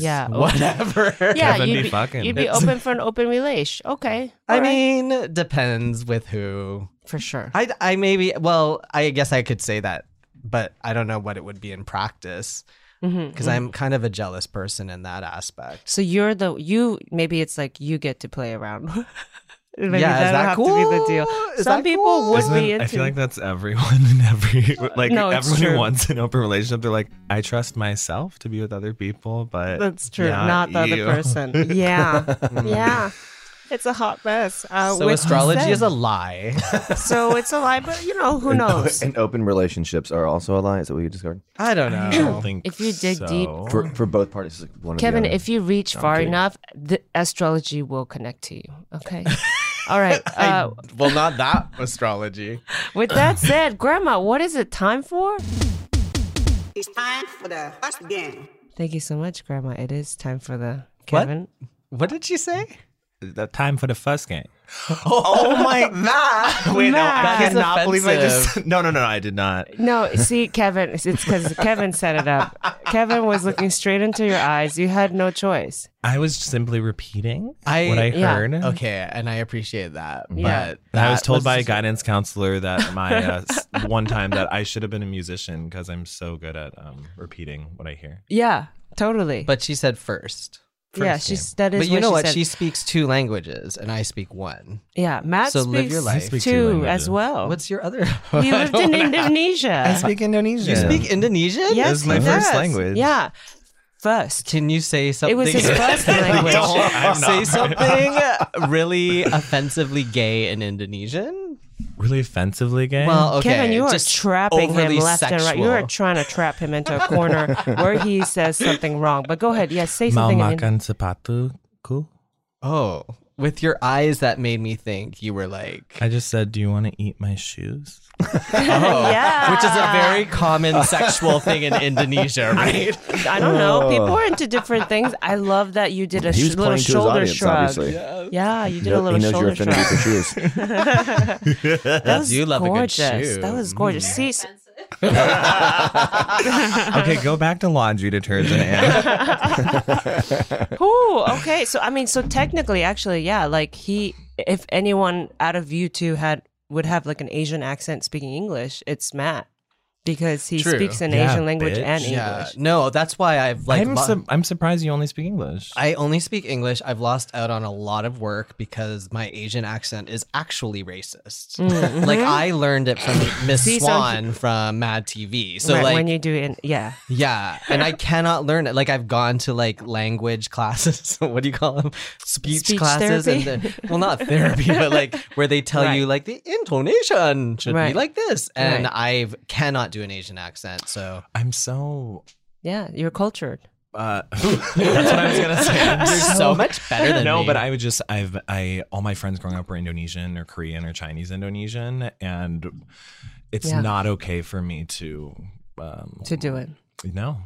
Speaker 2: Yeah.
Speaker 5: Whatever.
Speaker 2: yeah,
Speaker 6: Kevin
Speaker 2: you'd
Speaker 6: be
Speaker 2: be,
Speaker 6: fucking.
Speaker 2: you'd be open for an open relation. Okay.
Speaker 5: I
Speaker 2: all right.
Speaker 5: mean, depends with who.
Speaker 2: for sure.
Speaker 5: I, I maybe, well, I guess I could say that, but I don't know what it would be in practice
Speaker 2: Mhm.
Speaker 5: because I'm kind of a jealous person in that aspect.
Speaker 2: So you're the you. Maybe it's like you get to play around. maybe
Speaker 5: Yeah, is
Speaker 2: that'll
Speaker 5: that
Speaker 2: have to be the deal.
Speaker 5: cool? Is
Speaker 2: Some
Speaker 5: that
Speaker 2: people
Speaker 5: cool?
Speaker 2: would
Speaker 6: Isn't
Speaker 2: be
Speaker 6: it-
Speaker 2: into.
Speaker 6: I feel like that's everyone in every like
Speaker 2: No, it's
Speaker 6: everyone
Speaker 2: true.
Speaker 6: who wants an open relationship. They're like, I trust myself to be with other people, but
Speaker 2: That's true.
Speaker 6: not
Speaker 2: Not the
Speaker 6: you."
Speaker 2: other person. Yeah. yeah. Mm. It's a hot mess. Uh,
Speaker 5: So
Speaker 2: which
Speaker 5: astrology is
Speaker 2: said-
Speaker 5: a lie.
Speaker 2: So it's a lie, but you know, who
Speaker 7: And-
Speaker 2: knows?
Speaker 7: And open relationships are also a lie. Is that what you discovered?
Speaker 5: I don't
Speaker 6: I don't
Speaker 5: know.
Speaker 6: think
Speaker 2: If you dig
Speaker 6: so.
Speaker 2: deep-
Speaker 7: For for both parties, it's like one. or the
Speaker 2: Oh. Kevin,
Speaker 7: other.
Speaker 2: if you reach
Speaker 7: I'm
Speaker 2: far
Speaker 7: kidding.
Speaker 2: enough, the astrology will connect to you. Okay. All right. Uh,
Speaker 5: well, not that astrology.
Speaker 2: with that said, Grandma, what is it time for?
Speaker 9: It's time for the first game.
Speaker 2: Thank you so much, Grandma. It is time for the Kevin.
Speaker 6: What, what did you say?
Speaker 7: That
Speaker 6: time for the first game.
Speaker 7: Oh my god! Wait, no, I
Speaker 2: That is
Speaker 7: cannot believe I just. No, no, no, no, I did not.
Speaker 2: No, see, Kevin, it's because Kevin set it up. Kevin was looking straight into your eyes. You had no choice.
Speaker 6: I was simply repeating
Speaker 5: I-
Speaker 6: what I
Speaker 2: Yeah.
Speaker 6: heard.
Speaker 5: Okay, and I appreciate that.
Speaker 2: Yeah.
Speaker 5: But
Speaker 6: And I was
Speaker 5: that
Speaker 6: told by a
Speaker 5: just-
Speaker 6: guidance counselor that my uh, s- one time that I should have been a musician because I'm so good at um, repeating what I hear.
Speaker 2: Yeah, totally.
Speaker 5: But she said first.
Speaker 2: yeah,
Speaker 5: First
Speaker 2: she's
Speaker 5: game.
Speaker 2: that is.
Speaker 5: But you know what?
Speaker 2: said.
Speaker 5: She speaks two languages, and I speak one.
Speaker 2: yeah. Matt
Speaker 5: so
Speaker 2: speaks
Speaker 5: live your life. I
Speaker 6: speak two
Speaker 2: too
Speaker 6: languages.
Speaker 2: as
Speaker 7: Oh.
Speaker 2: well.
Speaker 5: What's Oh, your other?
Speaker 2: he
Speaker 5: I
Speaker 2: lived
Speaker 5: don't
Speaker 2: in
Speaker 5: wanna-
Speaker 2: Indonesia.
Speaker 5: I speak Indonesian. You speak Indonesian?
Speaker 2: Yes,
Speaker 7: This is my
Speaker 2: he
Speaker 7: first
Speaker 2: does.
Speaker 7: language.
Speaker 2: Yeah, first.
Speaker 5: Can you say something?
Speaker 2: It was his first language.
Speaker 5: Don't
Speaker 6: I'm
Speaker 5: say
Speaker 6: not.
Speaker 5: something really offensively gay in Indonesian.
Speaker 6: Really offensively gay.
Speaker 5: Well, okay.
Speaker 2: Kevin, you are
Speaker 5: just
Speaker 2: trapping him
Speaker 5: overly
Speaker 2: left and right. You are
Speaker 5: sexual.
Speaker 2: trying to trap him into a corner where he says something wrong. But go ahead. Yes, say
Speaker 6: mau
Speaker 2: something. in-
Speaker 6: makan sepatu ku?
Speaker 5: Oh, with your eyes, that made me think you were like,
Speaker 6: I just said, do you want to eat my shoes?
Speaker 7: Oh,
Speaker 2: yeah.
Speaker 5: which is a very common sexual thing in Indonesia, right?
Speaker 2: I don't know. People are into different things. I love that you did a
Speaker 7: He
Speaker 2: sh-
Speaker 7: was
Speaker 2: little
Speaker 7: playing to his
Speaker 2: shoulder
Speaker 7: audience,
Speaker 2: shrug.
Speaker 7: obviously.
Speaker 2: Yeah, you did a
Speaker 7: He
Speaker 2: little
Speaker 7: knows your
Speaker 2: shoulder
Speaker 7: affinity for
Speaker 2: shrug.
Speaker 7: shoes.
Speaker 2: That was
Speaker 5: you love a good Mm-hmm.
Speaker 2: gorgeous.
Speaker 5: shoe.
Speaker 2: That was gorgeous. See, s-
Speaker 6: okay, go back to laundry detergent. And
Speaker 2: Ooh, okay. So I mean, so technically, actually, yeah. Like he, if anyone out of you two had would have like an Asian accent speaking English, it's Matt because he
Speaker 5: True.
Speaker 2: speaks an
Speaker 6: Yeah,
Speaker 2: Asian language
Speaker 6: bitch.
Speaker 2: and
Speaker 5: Yeah.
Speaker 2: English.
Speaker 5: No, that's why I've like.
Speaker 6: I'm,
Speaker 5: lo-
Speaker 6: su- I'm surprised you only speak English.
Speaker 5: I only speak English. I've lost out on a lot of work because my Asian accent is actually racist. Like I learned it from Miss
Speaker 2: Mm-hmm. See, so-
Speaker 5: Swan from Mad TV. So
Speaker 2: right,
Speaker 5: like
Speaker 2: when you do it, yeah.
Speaker 5: yeah, and I cannot learn it. Like I've gone to like language classes. what do you call them? Speech,
Speaker 2: Speech
Speaker 5: classes and
Speaker 2: therapy?
Speaker 5: the, well, not therapy, but like where they tell you
Speaker 2: Right.
Speaker 5: like the intonation should be
Speaker 2: Right.
Speaker 5: like this, and
Speaker 2: Right.
Speaker 5: I cannot do an Asian accent. So
Speaker 6: I'm so.
Speaker 2: Yeah, you're cultured.
Speaker 6: Uh, that's what I was gonna say. I'm
Speaker 5: you're so much better than
Speaker 6: no,
Speaker 5: me.
Speaker 6: but I would just I've I all my friends growing up were Indonesian or Korean or Chinese Indonesian, and it's
Speaker 2: Yeah.
Speaker 6: not okay for me to um,
Speaker 2: To do it.
Speaker 6: no,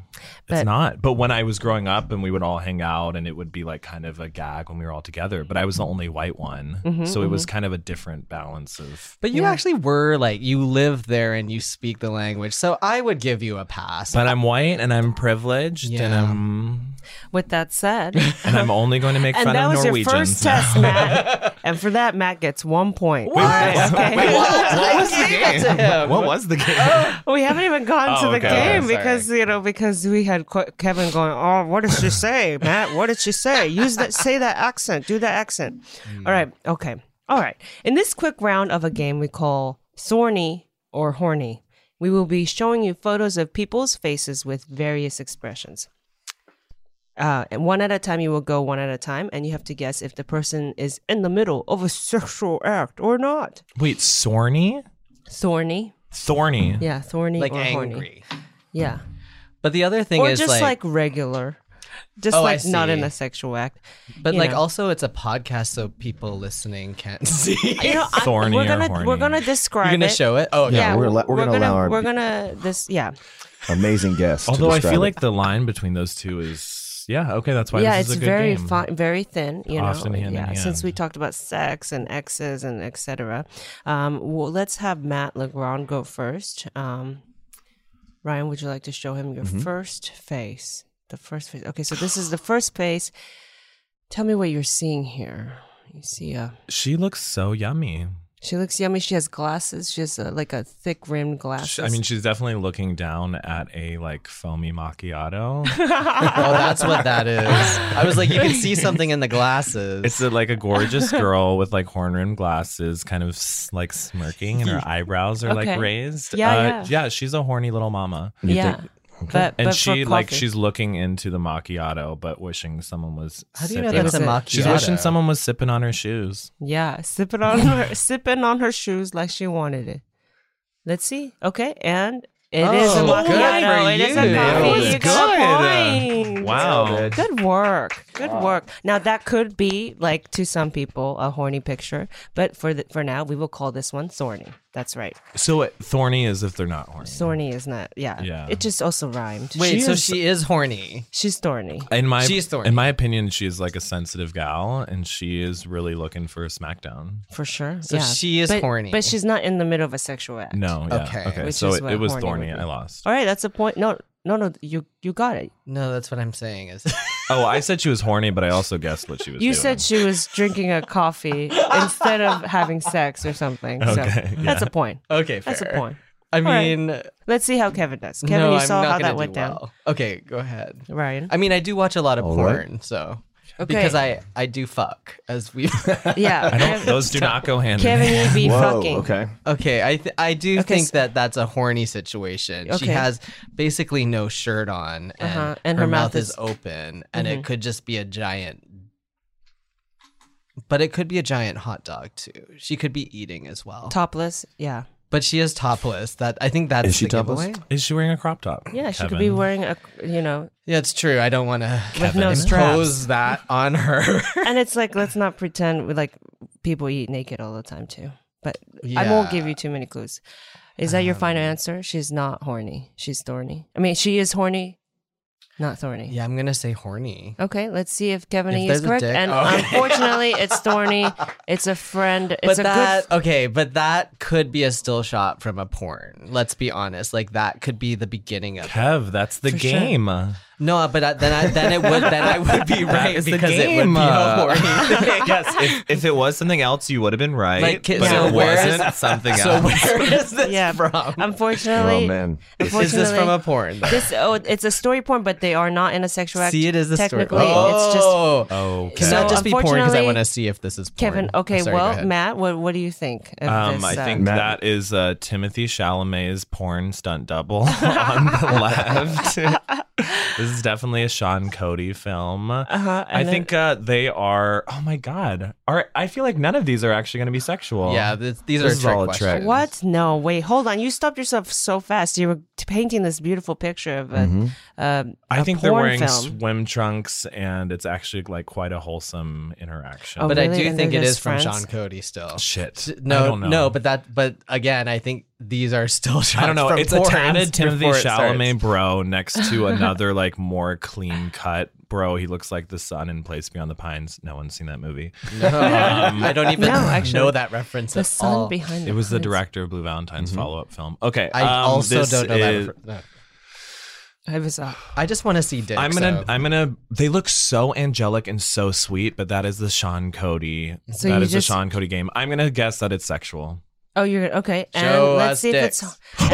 Speaker 6: it's
Speaker 2: But-
Speaker 6: not. But when I was growing up and we would all hang out and it would be like kind of a gag when we were all together, but I was the
Speaker 2: Mm-hmm.
Speaker 6: only white one, so it was kind of a different balance of.
Speaker 5: But you
Speaker 2: Yeah.
Speaker 5: actually were like you live there and you speak the language, so I would give you a pass.
Speaker 6: But I'm white and I'm privileged and
Speaker 5: Yeah.
Speaker 6: I'm
Speaker 2: With that said,
Speaker 6: and I'm only going to make
Speaker 2: and
Speaker 6: fun
Speaker 2: that
Speaker 6: of
Speaker 2: was your first
Speaker 6: Norwegians. now.
Speaker 2: test, Matt. and for that, Matt gets one point. Okay.
Speaker 5: what was the game?
Speaker 6: What was the game?
Speaker 2: We haven't even gone
Speaker 6: Oh,
Speaker 2: to the
Speaker 6: okay.
Speaker 2: game
Speaker 5: Okay,
Speaker 2: because you know because we had Qu- Kevin going, "Oh, what did she say, Matt? What did she say? Use that, say that accent, do that accent."
Speaker 6: Hmm.
Speaker 2: All right, okay, all right. In this quick round of a game we call Sorny or Horny, we will be showing you photos of people's faces with various expressions. Uh, and one at a time, you will go one at a time, and you have to guess if the person is in the middle of a sexual act or not.
Speaker 6: Wait, Sorny?
Speaker 2: Thorny,
Speaker 6: Thorny.
Speaker 2: yeah, thorny,
Speaker 5: Like
Speaker 2: or
Speaker 5: angry.
Speaker 2: horny, yeah.
Speaker 5: But the other thing
Speaker 2: or
Speaker 5: is
Speaker 2: just
Speaker 5: like,
Speaker 2: like, regular just
Speaker 5: Oh, I
Speaker 2: like not in
Speaker 5: see.
Speaker 2: a sexual act
Speaker 5: but
Speaker 2: you
Speaker 5: like
Speaker 2: know.
Speaker 5: also it's a podcast, so people listening can't see.
Speaker 2: you know I-
Speaker 6: Thorny
Speaker 2: we're
Speaker 6: or
Speaker 2: gonna
Speaker 6: horny?
Speaker 2: we're gonna describe
Speaker 5: You're gonna
Speaker 2: it
Speaker 5: show it? Oh, okay.
Speaker 7: Yeah, we're allo- we're gonna
Speaker 2: gonna
Speaker 7: allow our-
Speaker 2: we're gonna this yeah
Speaker 7: Amazing guess. to
Speaker 6: Although I
Speaker 7: describe
Speaker 6: feel
Speaker 7: it.
Speaker 6: like the line between those two is yeah okay that's why
Speaker 2: yeah
Speaker 6: this
Speaker 2: it's
Speaker 6: is a good
Speaker 2: very
Speaker 6: game.
Speaker 2: fine very thin you know
Speaker 6: Often hand in
Speaker 2: yeah
Speaker 6: hand.
Speaker 2: since we talked about sex and exes and etc um well let's have Matt Legrand go first um Ryan would you like to show him your
Speaker 7: Mm-hmm.
Speaker 2: first face the first face okay so this is the first face tell me what you're seeing here you see a
Speaker 6: She looks so yummy.
Speaker 2: She looks yummy. She has glasses. She has a, like a thick rimmed glasses.
Speaker 6: She- I mean, she's definitely looking down at a like foamy macchiato.
Speaker 5: Oh, that's what that is. I was like, you can see something in the glasses.
Speaker 6: it's a, like a gorgeous girl with like horn rimmed glasses, kind of s- like smirking, and her eyebrows are
Speaker 2: Okay.
Speaker 6: like raised.
Speaker 2: Yeah,
Speaker 6: uh,
Speaker 2: yeah.
Speaker 6: she's a horny little mama.
Speaker 2: yeah, but
Speaker 6: And
Speaker 2: but
Speaker 6: she
Speaker 2: for
Speaker 6: like
Speaker 2: coffee.
Speaker 6: she's looking into the macchiato, but wishing someone was.
Speaker 5: How do you know
Speaker 6: sipping-
Speaker 5: that's a
Speaker 2: It was
Speaker 5: macchiato?
Speaker 2: a-
Speaker 6: She's wishing someone was sipping on her shoes.
Speaker 2: yeah sipping on her sipping on her shoes like she wanted it. Let's see. Okay, and It is a
Speaker 5: Oh,
Speaker 2: macchiato.
Speaker 5: good for
Speaker 2: It is a
Speaker 5: you.
Speaker 2: coffee.
Speaker 5: Nailed
Speaker 2: You
Speaker 5: it.
Speaker 2: got a point.
Speaker 6: Wow.
Speaker 2: Good work. Good
Speaker 5: Wow.
Speaker 2: work. Now that could be like to some people a horny picture, but for the, for now we will call this one thorny. That's right.
Speaker 6: So it, thorny is if they're not horny.
Speaker 2: Thorny is not. Yeah.
Speaker 6: Yeah.
Speaker 2: It just also rhymed.
Speaker 5: Wait, so she is horny.
Speaker 2: She's thorny.
Speaker 6: In my
Speaker 5: She's thorny.
Speaker 6: in my opinion, she's like a sensitive gal, and she is really looking for a smackdown.
Speaker 2: For sure.
Speaker 5: So
Speaker 2: yeah.
Speaker 5: she is
Speaker 2: but,
Speaker 5: horny.
Speaker 2: But she's not in the middle of a sexual act.
Speaker 6: No, yeah,
Speaker 5: Okay.
Speaker 6: okay,
Speaker 2: Which
Speaker 6: so
Speaker 2: is
Speaker 6: it,
Speaker 2: what
Speaker 6: it was
Speaker 2: horny
Speaker 6: thorny.
Speaker 2: would be.
Speaker 6: I lost.
Speaker 2: All right, that's a point. No, no, no. You you got it.
Speaker 5: No, that's what I'm saying. Is
Speaker 6: Oh, I said she was horny, but I also guessed what she was.
Speaker 2: You
Speaker 6: doing.
Speaker 2: said she was drinking a coffee instead of having sex or something. so
Speaker 6: Okay,
Speaker 2: that's
Speaker 6: yeah.
Speaker 2: a point.
Speaker 5: okay,
Speaker 2: That's a
Speaker 5: fair.
Speaker 2: point.
Speaker 5: I
Speaker 2: right.
Speaker 5: mean,
Speaker 2: Let's see how Kevin does. Kevin,
Speaker 5: no,
Speaker 2: you
Speaker 5: I'm
Speaker 2: saw
Speaker 5: not
Speaker 2: how
Speaker 5: gonna
Speaker 2: that went
Speaker 5: do
Speaker 2: down.
Speaker 5: well. Okay, go ahead.
Speaker 2: Ryan.
Speaker 5: I mean, I do watch a lot of
Speaker 7: All right.
Speaker 5: porn, so
Speaker 2: Okay.
Speaker 5: because I I do fuck as we.
Speaker 2: yeah.
Speaker 6: I don't,
Speaker 2: Kev-
Speaker 6: those do not go hand in
Speaker 2: Kevin,
Speaker 6: hand.
Speaker 2: you be
Speaker 7: Whoa.
Speaker 2: fucking.
Speaker 7: Okay.
Speaker 5: Okay, I th- I do
Speaker 2: Okay,
Speaker 5: think
Speaker 2: so-
Speaker 5: that that's a horny situation. She
Speaker 2: Okay.
Speaker 5: has basically no shirt on, and,
Speaker 2: Uh-huh,
Speaker 5: and her, mouth, is, open, and
Speaker 2: Mhm.
Speaker 5: it could just be a giant. But it could be a giant hot dog too. She could be eating as well.
Speaker 2: Topless. Yeah.
Speaker 5: but she is topless. That I think that's
Speaker 7: Is she
Speaker 5: the
Speaker 7: topless?
Speaker 5: giveaway.
Speaker 6: Is she wearing a crop top?
Speaker 2: Yeah. She could
Speaker 6: Kevin?
Speaker 2: be wearing a you know,
Speaker 5: Yeah, it's true. I don't want to
Speaker 2: no straps.
Speaker 5: impose that on her.
Speaker 2: and it's like let's not pretend we like people eat naked all the time too. But I won't give
Speaker 5: Yeah. Um,
Speaker 2: you too many clues. Is that your final answer? She's not horny. She's thorny. I mean, she is horny, not thorny.
Speaker 5: Yeah, I'm gonna say horny.
Speaker 2: Okay, let's see if Kevin
Speaker 5: If
Speaker 2: E is
Speaker 5: there's a
Speaker 2: correct.
Speaker 5: dick- Oh.
Speaker 2: And
Speaker 5: okay.
Speaker 2: unfortunately, it's thorny. It's a friend. It's
Speaker 5: But
Speaker 2: a
Speaker 5: that
Speaker 2: good.
Speaker 5: okay, but that could be a still shot from a porn. Let's be honest. Like that could be the beginning of
Speaker 6: Kev, that's the game.
Speaker 5: No, but I, then I, then it would then I would be right
Speaker 6: is the
Speaker 5: because it would
Speaker 6: game,
Speaker 5: be a
Speaker 6: uh,
Speaker 5: horny thing.
Speaker 10: yes, if, if it was something else, you would have been right.
Speaker 5: Like,
Speaker 10: but
Speaker 5: so
Speaker 10: it
Speaker 5: where is-
Speaker 10: wasn't something
Speaker 5: So
Speaker 10: else.
Speaker 5: where is this
Speaker 2: Yeah.
Speaker 5: from?
Speaker 2: Unfortunately,
Speaker 7: Oh man.
Speaker 2: unfortunately,
Speaker 5: is this from a porn? though?
Speaker 2: This oh, it's a story porn, but they are not in a sexual act.
Speaker 5: see, it is the story.
Speaker 2: technically, it's just
Speaker 5: Oh.
Speaker 6: Oh,
Speaker 5: Can
Speaker 2: So
Speaker 5: that just be porn? Because I
Speaker 2: unfortunately-
Speaker 5: want to see if this is porn.
Speaker 2: Kevin. Okay,
Speaker 5: Sorry, go
Speaker 2: well,
Speaker 5: ahead.
Speaker 2: Matt, what what do you think? Of
Speaker 6: Um,
Speaker 2: this,
Speaker 6: I
Speaker 2: uh,
Speaker 6: think
Speaker 7: Matt-
Speaker 6: that is uh, Timothy Chalamet's porn stunt double on the left. this is definitely a Sean Cody film.
Speaker 2: Uh-huh,
Speaker 6: I
Speaker 2: and then-
Speaker 6: think uh, they are. Oh my god! Are I feel like none of these are actually going to be sexual.
Speaker 5: yeah, this, these
Speaker 6: This
Speaker 5: are
Speaker 6: is
Speaker 5: trick
Speaker 6: all a trick.
Speaker 5: questions.
Speaker 2: What? No, wait, hold on. You stopped yourself so fast. You were t- painting this beautiful picture of a.
Speaker 5: Mm-hmm.
Speaker 7: Mhm.
Speaker 2: um,
Speaker 6: I
Speaker 2: a
Speaker 6: think they're
Speaker 2: porn
Speaker 6: wearing
Speaker 2: film.
Speaker 6: swim trunks, and it's actually like quite a wholesome interaction.
Speaker 2: Oh,
Speaker 5: But I
Speaker 2: really?
Speaker 5: do
Speaker 2: And
Speaker 5: think
Speaker 2: they're
Speaker 5: it
Speaker 2: just
Speaker 5: is from
Speaker 2: friends?
Speaker 5: Sean Cody still.
Speaker 6: Shit!
Speaker 5: No,
Speaker 6: I don't know.
Speaker 5: no, but that, but again, I think these are still shots.
Speaker 6: I don't know.
Speaker 5: From
Speaker 6: It's a
Speaker 5: porns
Speaker 6: tatted Timothy
Speaker 5: before it starts.
Speaker 6: Chalamet bro next to another like more clean cut bro. He looks like the sun in Place Beyond the Pines. No one's seen that movie.
Speaker 5: No,
Speaker 6: Um,
Speaker 5: I don't even
Speaker 2: No, actually.
Speaker 5: know that reference
Speaker 2: the
Speaker 5: at
Speaker 2: sun
Speaker 5: all.
Speaker 2: behind
Speaker 6: It was the
Speaker 2: clouds.
Speaker 6: director of Blue Valentine's
Speaker 7: Mhm.
Speaker 6: follow up film. Okay,
Speaker 5: I
Speaker 6: um,
Speaker 5: also
Speaker 6: this
Speaker 5: don't know that.
Speaker 6: is-
Speaker 5: refer- no.
Speaker 2: I was uh,
Speaker 5: I just want to see Dick.
Speaker 6: I'm gonna, uh,
Speaker 5: so-
Speaker 6: I'm gonna. They look so angelic and so sweet, but that is the Sean Cody.
Speaker 2: So
Speaker 6: that
Speaker 2: you
Speaker 6: is
Speaker 2: just-
Speaker 6: the Sean Cody game. I'm gonna guess that it's sexual.
Speaker 2: Oh, you're okay. And
Speaker 5: Show
Speaker 2: let's
Speaker 5: us
Speaker 2: see
Speaker 5: dicks.
Speaker 2: if it's.
Speaker 5: Oh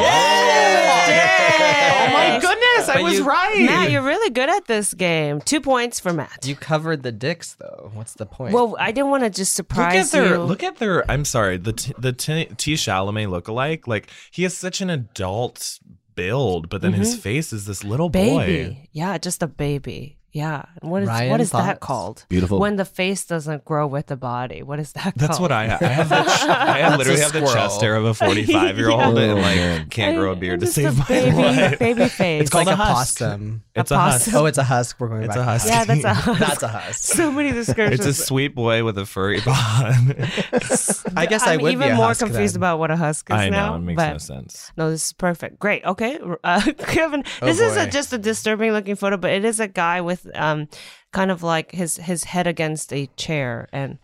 Speaker 5: my
Speaker 6: goodness,
Speaker 5: But you-
Speaker 2: Matt, you're really good at this game. Two points for Matt.
Speaker 5: You covered the dicks though. What's the point?
Speaker 2: well, I didn't want to just
Speaker 6: Look at
Speaker 2: surprise
Speaker 6: their
Speaker 2: you.
Speaker 6: look at their. I'm sorry, the t- the T, t Chalamet lookalike. Like he has such an adult build, but then his face is this little
Speaker 2: Mm-hmm. baby.
Speaker 6: boy.
Speaker 2: Yeah, just a baby. Yeah. What is
Speaker 5: Ryan
Speaker 2: what is that
Speaker 5: thoughts?
Speaker 2: called?
Speaker 7: Beautiful.
Speaker 2: When the face doesn't grow with the body. What is that
Speaker 6: That's
Speaker 2: called?
Speaker 6: what I have. I have. The ch- I have
Speaker 5: That's
Speaker 6: literally
Speaker 5: a
Speaker 6: have the
Speaker 5: squirrel.
Speaker 6: chest hair of a 45 year old
Speaker 7: Yeah.
Speaker 6: and
Speaker 7: Oh,
Speaker 6: like
Speaker 7: man.
Speaker 6: can't grow a beard to
Speaker 2: just a
Speaker 6: save my
Speaker 2: baby,
Speaker 6: life.
Speaker 2: Baby face.
Speaker 5: it's like
Speaker 6: called
Speaker 5: a,
Speaker 6: a husk.
Speaker 5: possum.
Speaker 6: It's
Speaker 2: A
Speaker 6: a husk.
Speaker 5: Oh, it's a husk. We're going back.
Speaker 6: It's a
Speaker 5: to
Speaker 6: husk.
Speaker 2: yeah, that's a husk.
Speaker 5: That's a husk.
Speaker 2: so many descriptions.
Speaker 6: It's a sweet boy with a furry bod.
Speaker 5: I guess I
Speaker 2: I'm
Speaker 5: would
Speaker 2: even
Speaker 5: be a
Speaker 2: more
Speaker 5: husk
Speaker 2: confused
Speaker 5: then.
Speaker 2: about what a husk is
Speaker 6: I know
Speaker 2: now.
Speaker 6: it makes
Speaker 2: but
Speaker 6: no sense.
Speaker 2: No, this is perfect. Great. Okay, uh, Kevin.
Speaker 5: Oh,
Speaker 2: this is a,
Speaker 5: boy.
Speaker 2: just a disturbing looking photo, but it is a guy with um, kind of like his his head against a chair and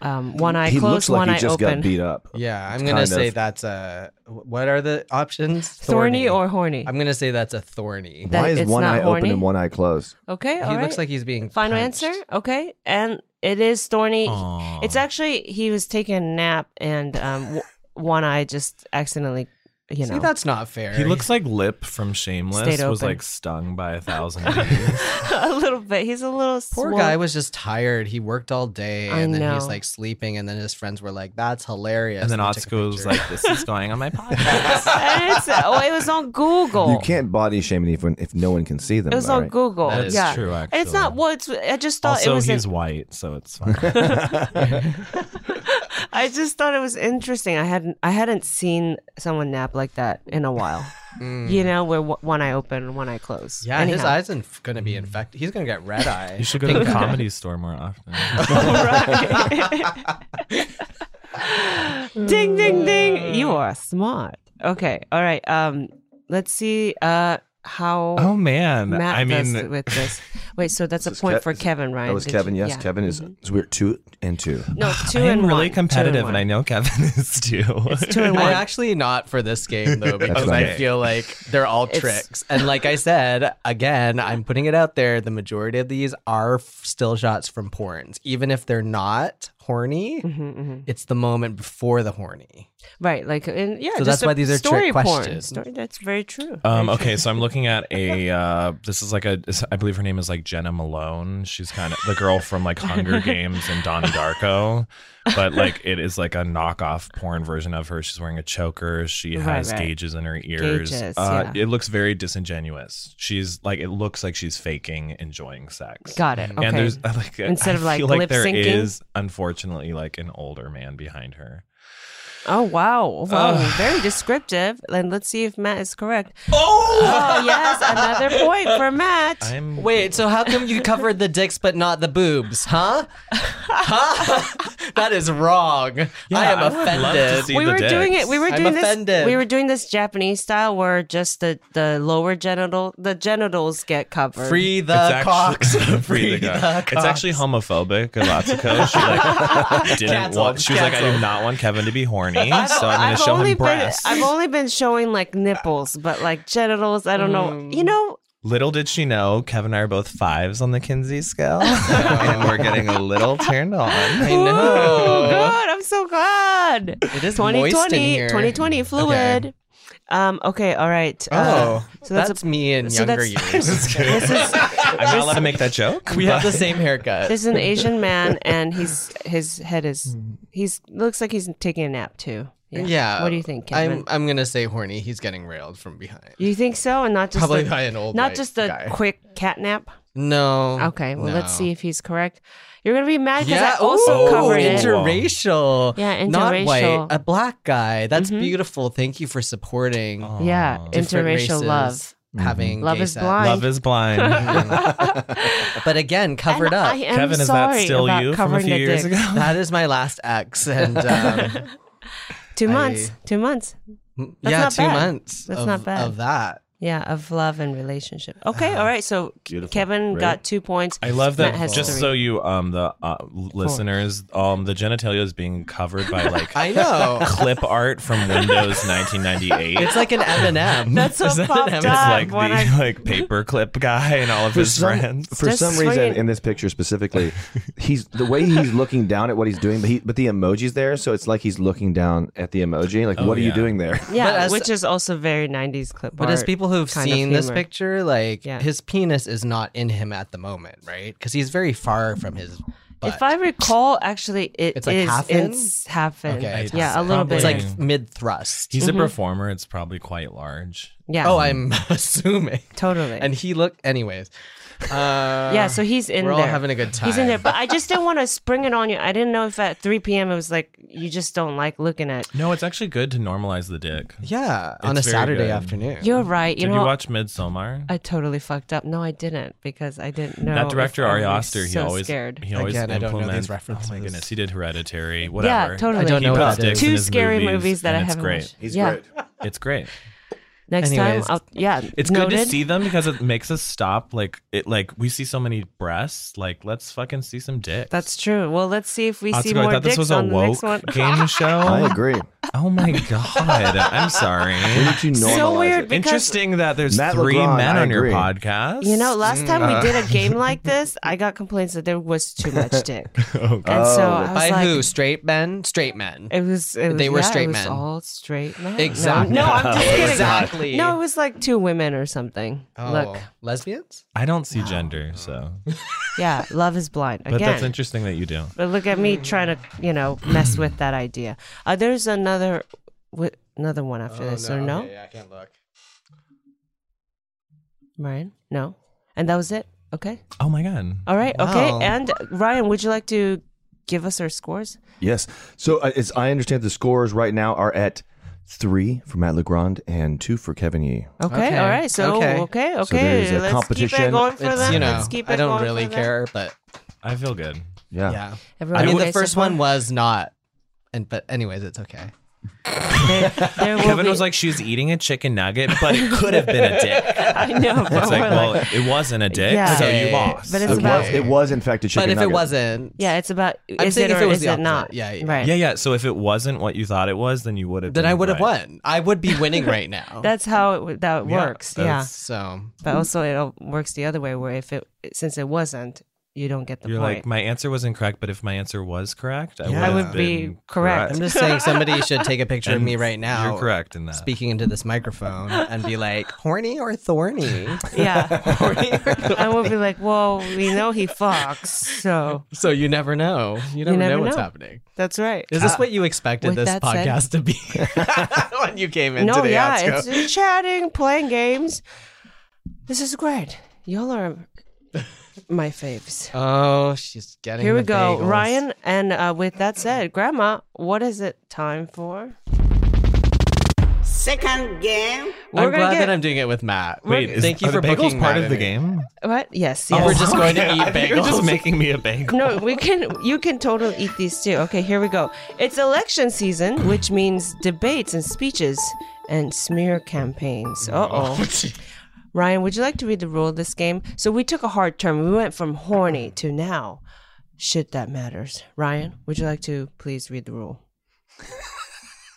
Speaker 2: um, one eye
Speaker 7: he
Speaker 2: closed,
Speaker 7: looks like
Speaker 2: one
Speaker 7: he
Speaker 2: eye
Speaker 7: just
Speaker 2: open.
Speaker 7: got beat up.
Speaker 5: Yeah, I'm
Speaker 7: It's
Speaker 5: gonna
Speaker 7: kind
Speaker 5: say
Speaker 7: of-
Speaker 5: that's a. What are the options?
Speaker 2: Thorny or horny?
Speaker 5: I'm gonna say that's a thorny.
Speaker 2: That
Speaker 7: Why is
Speaker 2: it's
Speaker 7: one
Speaker 2: not
Speaker 7: eye
Speaker 2: horny?
Speaker 7: open and one eye closed?
Speaker 2: okay,
Speaker 5: he
Speaker 2: all right.
Speaker 5: looks like he's being
Speaker 2: Final
Speaker 5: punched.
Speaker 2: answer. Okay, and it is thorny.
Speaker 6: Aw.
Speaker 5: Oh.
Speaker 2: It's actually he was taking a nap and um, w- one eye just accidentally, you know.
Speaker 5: See, that's not fair.
Speaker 6: He looks like Lip from Shameless
Speaker 2: Stayed
Speaker 6: was
Speaker 2: open.
Speaker 6: like stung by a thousand bees.
Speaker 2: a little bit. He's a little
Speaker 5: Poor
Speaker 2: swole-
Speaker 5: guy was just tired. He worked all day,
Speaker 2: I
Speaker 5: and then he's
Speaker 2: know.
Speaker 5: like sleeping. And then his friends were like, "That's hilarious."
Speaker 6: and then
Speaker 5: they took a
Speaker 6: Otsuko was
Speaker 5: picture.
Speaker 6: like, "This is going on my podcast."
Speaker 2: And it's, oh, it was on Google.
Speaker 7: You can't body shame if if no one can see them.
Speaker 2: Oh. It was
Speaker 7: all
Speaker 2: on
Speaker 7: right?
Speaker 2: Google.
Speaker 5: That is
Speaker 2: yeah.
Speaker 6: true,
Speaker 2: And it's not.
Speaker 6: actually.
Speaker 2: Well, it's. I just thought
Speaker 6: also,
Speaker 2: it was.
Speaker 6: he's
Speaker 2: an-
Speaker 6: white, so it's fine.
Speaker 2: I just thought it was interesting. I hadn't I hadn't seen someone nap like that in a while.
Speaker 5: Mm.
Speaker 2: You know, where w- one eye open, and one eye closed.
Speaker 5: Yeah, his
Speaker 2: Anyhow.
Speaker 5: eyes in, gonna be infected. He's gonna get red eye.
Speaker 6: You should go to the
Speaker 5: Pink eye.
Speaker 6: comedy store more often.
Speaker 2: ding ding
Speaker 5: Hmm.
Speaker 2: ding. You are smart. Okay. All right. Um. Let's see. Uh. How.
Speaker 6: Oh man,
Speaker 2: Matt
Speaker 6: I
Speaker 2: does
Speaker 6: mean-
Speaker 2: with this. Wait. So that's a point
Speaker 7: Ke-
Speaker 2: for Kevin, right?
Speaker 7: That was
Speaker 2: Did
Speaker 7: Kevin.
Speaker 2: you-
Speaker 7: Yes,
Speaker 2: yeah. Mm-hmm.
Speaker 7: Kevin is so we're two and two.
Speaker 2: No, two
Speaker 6: I am
Speaker 2: and
Speaker 6: really
Speaker 2: one.
Speaker 6: competitive,
Speaker 2: two
Speaker 6: and I know Kevin is too.
Speaker 2: two and
Speaker 5: I'm
Speaker 2: one.
Speaker 5: actually not for this game though because
Speaker 7: what I
Speaker 5: I
Speaker 7: get.
Speaker 5: feel like they're all
Speaker 2: It's-
Speaker 5: tricks. And like I said, again, I'm putting it out there. The majority of these are f- still shots from porns, even if they're not horny.
Speaker 2: Mhm, mhm.
Speaker 5: It's the moment before the horny.
Speaker 2: Right. Like. And yeah.
Speaker 5: So
Speaker 2: just
Speaker 5: that's
Speaker 2: a
Speaker 5: why these are
Speaker 2: story
Speaker 5: trick
Speaker 2: porn.
Speaker 5: questions.
Speaker 2: Story, that's very true.
Speaker 6: Um,
Speaker 2: Very
Speaker 6: okay, so I'm looking at a. Uh, this is like a. I believe her name is like Jenna Malone. She's kind of the girl from like Hunger Games and Donnie Darko, but like it is like a knockoff porn version of her. She's wearing a choker. She
Speaker 2: Right,
Speaker 6: has
Speaker 2: right.
Speaker 6: gauges in her ears.
Speaker 2: Gauges,
Speaker 6: uh,
Speaker 2: yeah.
Speaker 6: It looks very disingenuous. She's like it looks like she's faking enjoying sex.
Speaker 2: true. Got it. Okay.
Speaker 6: And there's uh, like
Speaker 2: Instead
Speaker 6: I
Speaker 2: of, like,
Speaker 6: feel like
Speaker 2: lip
Speaker 6: there
Speaker 2: syncing?
Speaker 6: is unfortunately like an older man behind her.
Speaker 2: Oh wow! Wow,
Speaker 6: Ugh.
Speaker 2: very descriptive. And let's see if Matt is correct. Oh, yes, another point for Matt.
Speaker 6: I'm
Speaker 5: Wait, so how come you covered the dicks but not the boobs, huh? huh? that is wrong. I am
Speaker 6: I would
Speaker 5: offended.
Speaker 6: love to see
Speaker 2: we
Speaker 6: the
Speaker 2: were doing it. We were
Speaker 5: I'm
Speaker 2: doing this.
Speaker 5: offended.
Speaker 2: We were doing this Japanese style where just the the lower genital, the genitals get covered.
Speaker 5: Free the
Speaker 6: actu-
Speaker 5: cocks.
Speaker 6: free the cock. It's actually homophobic of Atsuko. She like didn't
Speaker 5: Cancel,
Speaker 6: want. She was like, I do
Speaker 5: cancel.
Speaker 6: not want Kevin to be horny, so I'm going
Speaker 2: I've
Speaker 6: to show
Speaker 2: only
Speaker 6: him
Speaker 2: been
Speaker 6: breasts.
Speaker 2: I've only been showing like nipples, but like genitals, I don't know. You know,
Speaker 6: Little did she know, Kevin and I are both fives on the Kinsey scale, and we're getting a little turned on.
Speaker 5: I know.
Speaker 2: Ooh, good. I'm so glad.
Speaker 5: It is moist in
Speaker 2: 2020,
Speaker 5: here.
Speaker 2: 2020 fluid. Um. Okay. All right. uh,
Speaker 5: Oh,
Speaker 2: so
Speaker 5: so
Speaker 2: that's
Speaker 5: that's,
Speaker 2: a-
Speaker 5: me in
Speaker 2: so
Speaker 5: younger
Speaker 2: that's-
Speaker 5: years.
Speaker 2: this is
Speaker 6: I'm not allowed to make that joke.
Speaker 5: we have
Speaker 6: but-
Speaker 5: the same haircut.
Speaker 2: There's an Asian man, and he's his head is he's looks like he's taking a nap too.
Speaker 5: Hmm. yeah.
Speaker 2: What do you think, Kevin?
Speaker 5: I'm I'm gonna say horny. He's getting railed from behind.
Speaker 2: you think so, and not just
Speaker 5: Probably
Speaker 2: the-
Speaker 5: by an old
Speaker 2: not
Speaker 5: white
Speaker 2: just a
Speaker 5: guy.
Speaker 2: quick cat nap.
Speaker 5: No.
Speaker 2: Okay. Well, let's
Speaker 5: no.
Speaker 2: see if he's correct. You're gonna be mad because
Speaker 5: Yeah.
Speaker 2: I also
Speaker 5: ooh,
Speaker 2: covered it.
Speaker 5: interracial.
Speaker 2: Yeah,
Speaker 5: Not white.
Speaker 2: interracial.
Speaker 5: A black guy. That's
Speaker 2: Mhm.
Speaker 5: beautiful. Thank you for supporting
Speaker 6: Aw.
Speaker 2: Yeah,
Speaker 5: different
Speaker 2: Oh, interracial
Speaker 5: races
Speaker 2: love. Mm-hmm.
Speaker 5: Having
Speaker 2: Love
Speaker 5: gay
Speaker 2: is
Speaker 5: sex.
Speaker 2: blind.
Speaker 6: Love is blind.
Speaker 5: but again, covered
Speaker 2: And
Speaker 5: up.
Speaker 2: I am
Speaker 6: Kevin, is that
Speaker 2: sorry
Speaker 6: still
Speaker 2: about
Speaker 6: you from a
Speaker 2: covering
Speaker 6: few
Speaker 2: the
Speaker 6: years
Speaker 2: dick.
Speaker 6: ago?
Speaker 5: that is my last ex, and um,
Speaker 2: Two
Speaker 5: I-
Speaker 2: months. Two months.
Speaker 5: yeah,
Speaker 2: not
Speaker 5: two
Speaker 2: bad.
Speaker 5: months.
Speaker 2: That's
Speaker 5: of,
Speaker 2: not bad.
Speaker 5: Of that.
Speaker 2: Yeah, of love and relationship. Okay, all right. So
Speaker 7: Beautiful,
Speaker 2: Kevin
Speaker 7: right?
Speaker 2: got two points.
Speaker 6: I love that.
Speaker 2: Matt has
Speaker 6: Just
Speaker 2: three.
Speaker 6: so you, um, the uh, listeners, um, the genitalia is being covered by like
Speaker 5: I know.
Speaker 6: clip art from Windows 1998.
Speaker 5: It's like an M and M.
Speaker 2: That's what
Speaker 6: Is that
Speaker 2: popped
Speaker 6: him?
Speaker 2: up
Speaker 6: It's like the
Speaker 2: when I
Speaker 6: like paperclip guy and all of his friends.
Speaker 7: For
Speaker 2: Just
Speaker 7: some reason,
Speaker 2: swinging.
Speaker 7: in this picture specifically, he's the way he's looking down at what he's doing, but he, but the emoji's there, so it's like he's looking down at the emoji. Like,
Speaker 6: Oh,
Speaker 7: what are you
Speaker 6: yeah.
Speaker 7: doing there?
Speaker 2: Yeah,
Speaker 5: But as-
Speaker 2: which is also very 90s clip
Speaker 5: But as
Speaker 2: art
Speaker 5: people who've
Speaker 2: kind of
Speaker 5: seen this
Speaker 2: humor.
Speaker 5: picture, like
Speaker 2: Yeah.
Speaker 5: his penis is not in him at the moment, right? Because he's very far from his butt.
Speaker 2: If I recall, actually, it
Speaker 5: It's like
Speaker 2: is-
Speaker 5: half in?
Speaker 2: it's half in.
Speaker 5: Okay, it's
Speaker 2: yeah,
Speaker 6: half
Speaker 2: a
Speaker 6: in.
Speaker 2: little bit.
Speaker 5: it's
Speaker 6: Probably.
Speaker 5: like mid thrust.
Speaker 6: He's
Speaker 2: Mm-hmm.
Speaker 6: a performer. It's probably quite large.
Speaker 2: yeah,
Speaker 5: Oh, I'm assuming.
Speaker 2: totally.
Speaker 5: And he look, anyways. Uh,
Speaker 2: yeah, so he's in
Speaker 5: we're all
Speaker 2: there.
Speaker 5: having a good
Speaker 2: He's in there,
Speaker 5: time.
Speaker 2: but I just didn't want to spring it on you. I didn't know if at 3 p.m. it was like you just don't like looking at.
Speaker 6: No, it's actually good to normalize the dick.
Speaker 5: yeah, on a
Speaker 6: It's very
Speaker 5: Saturday
Speaker 6: good.
Speaker 5: afternoon.
Speaker 2: You're right. You
Speaker 6: Did
Speaker 2: know,
Speaker 6: you
Speaker 2: what?
Speaker 6: watch Midsommar?
Speaker 2: I totally fucked up. No, I didn't because I didn't know.
Speaker 6: that
Speaker 2: if
Speaker 6: director
Speaker 2: I
Speaker 6: Ari
Speaker 2: was
Speaker 6: Aster, he
Speaker 2: so
Speaker 6: always
Speaker 2: scared.
Speaker 6: he always
Speaker 5: Again, I don't know
Speaker 6: implements.
Speaker 5: these references.
Speaker 6: Oh my goodness, he did Hereditary, whatever.
Speaker 2: Yeah, totally.
Speaker 5: I don't
Speaker 6: He
Speaker 5: know
Speaker 6: puts
Speaker 5: what that
Speaker 6: dicks
Speaker 5: is.
Speaker 6: in
Speaker 2: Two
Speaker 6: his
Speaker 2: scary movies, that
Speaker 6: and
Speaker 2: I
Speaker 6: it's
Speaker 2: haven't
Speaker 6: great.
Speaker 2: watched. yeah.
Speaker 6: It's great.
Speaker 2: Next
Speaker 5: Anyways.
Speaker 2: time, I'll, yeah,
Speaker 6: It's
Speaker 2: noted.
Speaker 6: good to see them because it makes us stop. Like it, like we see so many breasts. Like let's fucking see some dicks.
Speaker 2: That's true. Well, let's see if we see
Speaker 6: Atsuko,
Speaker 2: more
Speaker 6: I thought
Speaker 2: dicks
Speaker 6: this was a
Speaker 2: on the next
Speaker 6: woke
Speaker 2: one.
Speaker 6: game show.
Speaker 7: I agree.
Speaker 6: Oh my god! I'm sorry.
Speaker 7: When did you normalize
Speaker 2: so weird
Speaker 7: it?
Speaker 2: because
Speaker 6: Interesting that there's
Speaker 7: Matt
Speaker 6: three
Speaker 7: LeBron,
Speaker 6: men
Speaker 7: I
Speaker 6: on your
Speaker 7: agree.
Speaker 6: podcast.
Speaker 2: you know, last time
Speaker 6: Mm.
Speaker 2: we did a game like this, I got complaints that there was too much dick,
Speaker 6: Oh,
Speaker 2: and so I was
Speaker 5: By
Speaker 2: like,
Speaker 5: who? Straight men? Straight men.
Speaker 2: It was. It was
Speaker 5: They were
Speaker 2: yeah,
Speaker 5: straight
Speaker 2: it was
Speaker 5: men.
Speaker 2: All straight men. No,
Speaker 5: Exactly.
Speaker 2: No, I'm just kidding.
Speaker 5: Exactly.
Speaker 2: No, it was like two women or something.
Speaker 5: Oh,
Speaker 2: Look,
Speaker 5: lesbians?
Speaker 6: I don't see gender, so.
Speaker 2: yeah, love is blind
Speaker 6: But
Speaker 2: again.
Speaker 6: that's interesting that you do.
Speaker 2: But look at me trying to, you know, mess with that idea. Uh, there's another, wi- another one after
Speaker 5: Oh,
Speaker 2: this, or no?
Speaker 5: I can't look.
Speaker 2: Ryan, no, and that was it. Okay,
Speaker 6: Oh my god.
Speaker 2: all right, okay.
Speaker 5: Wow.
Speaker 2: And Ryan, would you like to give us our scores?
Speaker 7: Yes. So uh, as I understand, the scores right now are at three for Matt Legrand and two for Kevin Yee.
Speaker 2: Okay, all right. So okay, okay.
Speaker 7: So there's a
Speaker 2: Let's keep it
Speaker 7: competition.
Speaker 2: going for
Speaker 5: It's,
Speaker 2: them.
Speaker 5: you know,
Speaker 2: Let's keep it
Speaker 5: I don't
Speaker 2: going
Speaker 5: really
Speaker 2: for
Speaker 5: care, but
Speaker 6: I feel good.
Speaker 7: Yeah.
Speaker 5: Yeah.
Speaker 2: Everyone
Speaker 5: I mean, the
Speaker 2: okay so
Speaker 5: first
Speaker 2: far?
Speaker 5: one was not, and but anyways, it's okay.
Speaker 2: Them. There will
Speaker 10: Kevin
Speaker 2: be-
Speaker 10: was like, she was eating a chicken nugget, but it could have been a dick.
Speaker 2: I know. But
Speaker 10: It's like,
Speaker 2: we're
Speaker 10: well,
Speaker 2: like-
Speaker 10: it wasn't a dick,
Speaker 2: Yeah.
Speaker 10: so you
Speaker 5: Okay.
Speaker 10: lost.
Speaker 2: But it's
Speaker 7: it,
Speaker 2: about-
Speaker 7: was, it was in fact a chicken
Speaker 5: but if
Speaker 7: nugget.
Speaker 5: it wasn't,
Speaker 2: yeah, it's about
Speaker 5: I'm
Speaker 2: is
Speaker 5: saying
Speaker 2: it
Speaker 5: if
Speaker 2: or
Speaker 5: it was
Speaker 2: is
Speaker 5: the
Speaker 2: it
Speaker 5: opposite.
Speaker 2: not?
Speaker 5: Yeah, yeah.
Speaker 2: Right.
Speaker 6: Yeah, yeah. So if it wasn't what you thought it was, then you would have.
Speaker 5: then I
Speaker 6: been
Speaker 5: would have
Speaker 6: right.
Speaker 5: won. I would be winning right now.
Speaker 2: That's how it, would- that
Speaker 6: Yeah,
Speaker 2: works. Yeah.
Speaker 6: that's-
Speaker 5: so
Speaker 2: But also, it all works the other way, where if it since it wasn't, you don't get the
Speaker 6: You're
Speaker 2: point.
Speaker 6: like, my answer was incorrect, but if my answer was correct, I
Speaker 5: Yeah. I
Speaker 6: would,
Speaker 2: would be correct.
Speaker 5: I'm just saying somebody should take a picture of
Speaker 6: And
Speaker 5: me right now.
Speaker 6: You're correct in that.
Speaker 5: Speaking into this microphone and be like, horny or thorny?
Speaker 2: yeah, I will be like, well, we know he fucks, so
Speaker 5: So you never know. You never,
Speaker 2: never
Speaker 5: know what's
Speaker 2: know.
Speaker 5: happening.
Speaker 2: that's right. Uh,
Speaker 5: Is this what you expected
Speaker 2: with
Speaker 5: this
Speaker 2: that said-
Speaker 5: podcast to be when you came in
Speaker 2: no,
Speaker 5: today?
Speaker 2: yeah,
Speaker 5: Atsuko?
Speaker 2: it's it's chatting, playing games. This is great. Y'all are my faves.
Speaker 5: Oh, she's getting.
Speaker 2: Here we
Speaker 5: the
Speaker 2: go,
Speaker 5: bagels.
Speaker 2: Ryan. And uh, with that said, Grandma, what is it time for?
Speaker 9: Second game.
Speaker 2: We're
Speaker 5: I'm
Speaker 2: gonna
Speaker 5: glad
Speaker 2: get-
Speaker 5: that I'm doing it with Matt.
Speaker 6: Wait, is,
Speaker 5: thank you
Speaker 6: are
Speaker 5: for
Speaker 6: the bagels
Speaker 5: booking
Speaker 6: part
Speaker 5: Matt
Speaker 6: of the
Speaker 5: in.
Speaker 6: game.
Speaker 2: What? Yes,
Speaker 5: Oh,
Speaker 2: yes.
Speaker 5: we're just going to eat
Speaker 6: I think You're
Speaker 5: bagels.
Speaker 6: just making me a bagel.
Speaker 2: No, we can. You can totally eat these too. Okay, here we go. It's election season, which means debates and speeches and smear campaigns. Uh oh. Ryan, would you like to read the rule of this game? So we took a hard turn. We went from horny to now. Shit that matters. Ryan, would you like to please read the rule?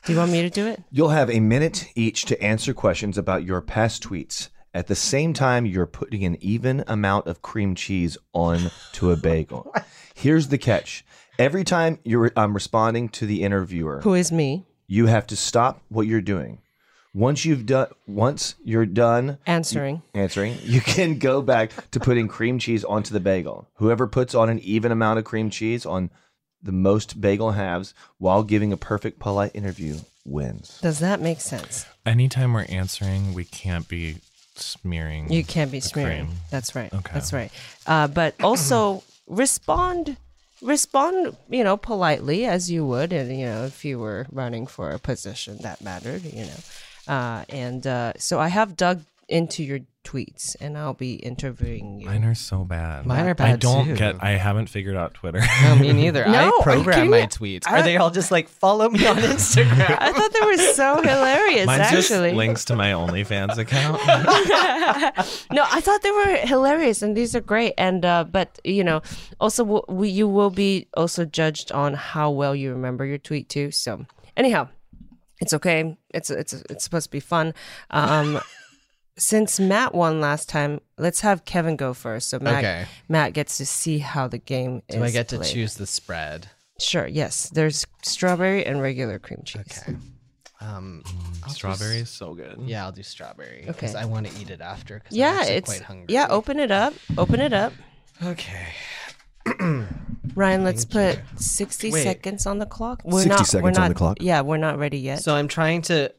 Speaker 2: do you want me to do it?
Speaker 7: You'll have a minute each to answer questions about your past tweets. At the same time, you're putting an even amount of cream cheese on to a bagel. Here's the catch: every time you're um, responding to the interviewer,
Speaker 2: Who is me?
Speaker 7: you have to stop what you're doing. Once you've done, once you're done
Speaker 2: Answering.
Speaker 7: answering, you can go back to putting cream cheese onto the bagel. Whoever puts on an even amount of cream cheese on the most bagel halves while giving a perfect polite interview wins.
Speaker 2: Does that make sense?
Speaker 6: Anytime we're answering, we can't be smearing.
Speaker 2: You can't be
Speaker 6: the
Speaker 2: smearing.
Speaker 6: cream.
Speaker 2: That's right.
Speaker 6: Okay.
Speaker 2: That's right. Uh, but also respond, respond. You know, politely as you would, and you know, if you were running for a position that mattered, you know. Uh, and uh, so I have dug into your tweets, and I'll be interviewing you.
Speaker 6: Mine are so bad.
Speaker 5: Mine are
Speaker 6: I
Speaker 5: bad,
Speaker 6: don't
Speaker 5: too.
Speaker 6: get. I haven't figured out Twitter.
Speaker 5: No, me neither.
Speaker 2: No, are you
Speaker 5: I program
Speaker 2: kidding
Speaker 5: my
Speaker 2: me?
Speaker 5: tweets.
Speaker 2: I-
Speaker 5: Are they all just like follow me on Instagram?
Speaker 2: I thought they were so hilarious.
Speaker 6: Mine's just
Speaker 2: actually,
Speaker 6: links to my OnlyFans account.
Speaker 2: no, I thought they were hilarious, and these are great. And uh, but you know, also w- we, you will be also judged on how well you remember your tweet too. So anyhow, it's okay. It's it's it's supposed to be fun. Um, since Matt won last time, let's have Kevin go first. So Matt
Speaker 5: Okay.
Speaker 2: Matt gets to see how the game is.
Speaker 5: Do I get to
Speaker 2: played.
Speaker 5: choose the spread?
Speaker 2: Sure. Yes. There's strawberry and regular cream cheese.
Speaker 5: Okay. Um,
Speaker 6: Strawberry is so good.
Speaker 5: yeah, I'll do strawberry because
Speaker 2: Okay.
Speaker 5: I want to eat it after. 'cause I'm
Speaker 2: Yeah,
Speaker 5: actually
Speaker 2: it's
Speaker 5: quite hungry.
Speaker 2: yeah. Open it up. Open it up.
Speaker 5: Okay.
Speaker 2: Ryan, let's put 60
Speaker 5: Wait.
Speaker 2: seconds on the clock. We're
Speaker 7: 60
Speaker 2: not, we're
Speaker 7: seconds
Speaker 2: not,
Speaker 7: on the clock.
Speaker 2: Yeah, we're not ready yet.
Speaker 5: So I'm trying to.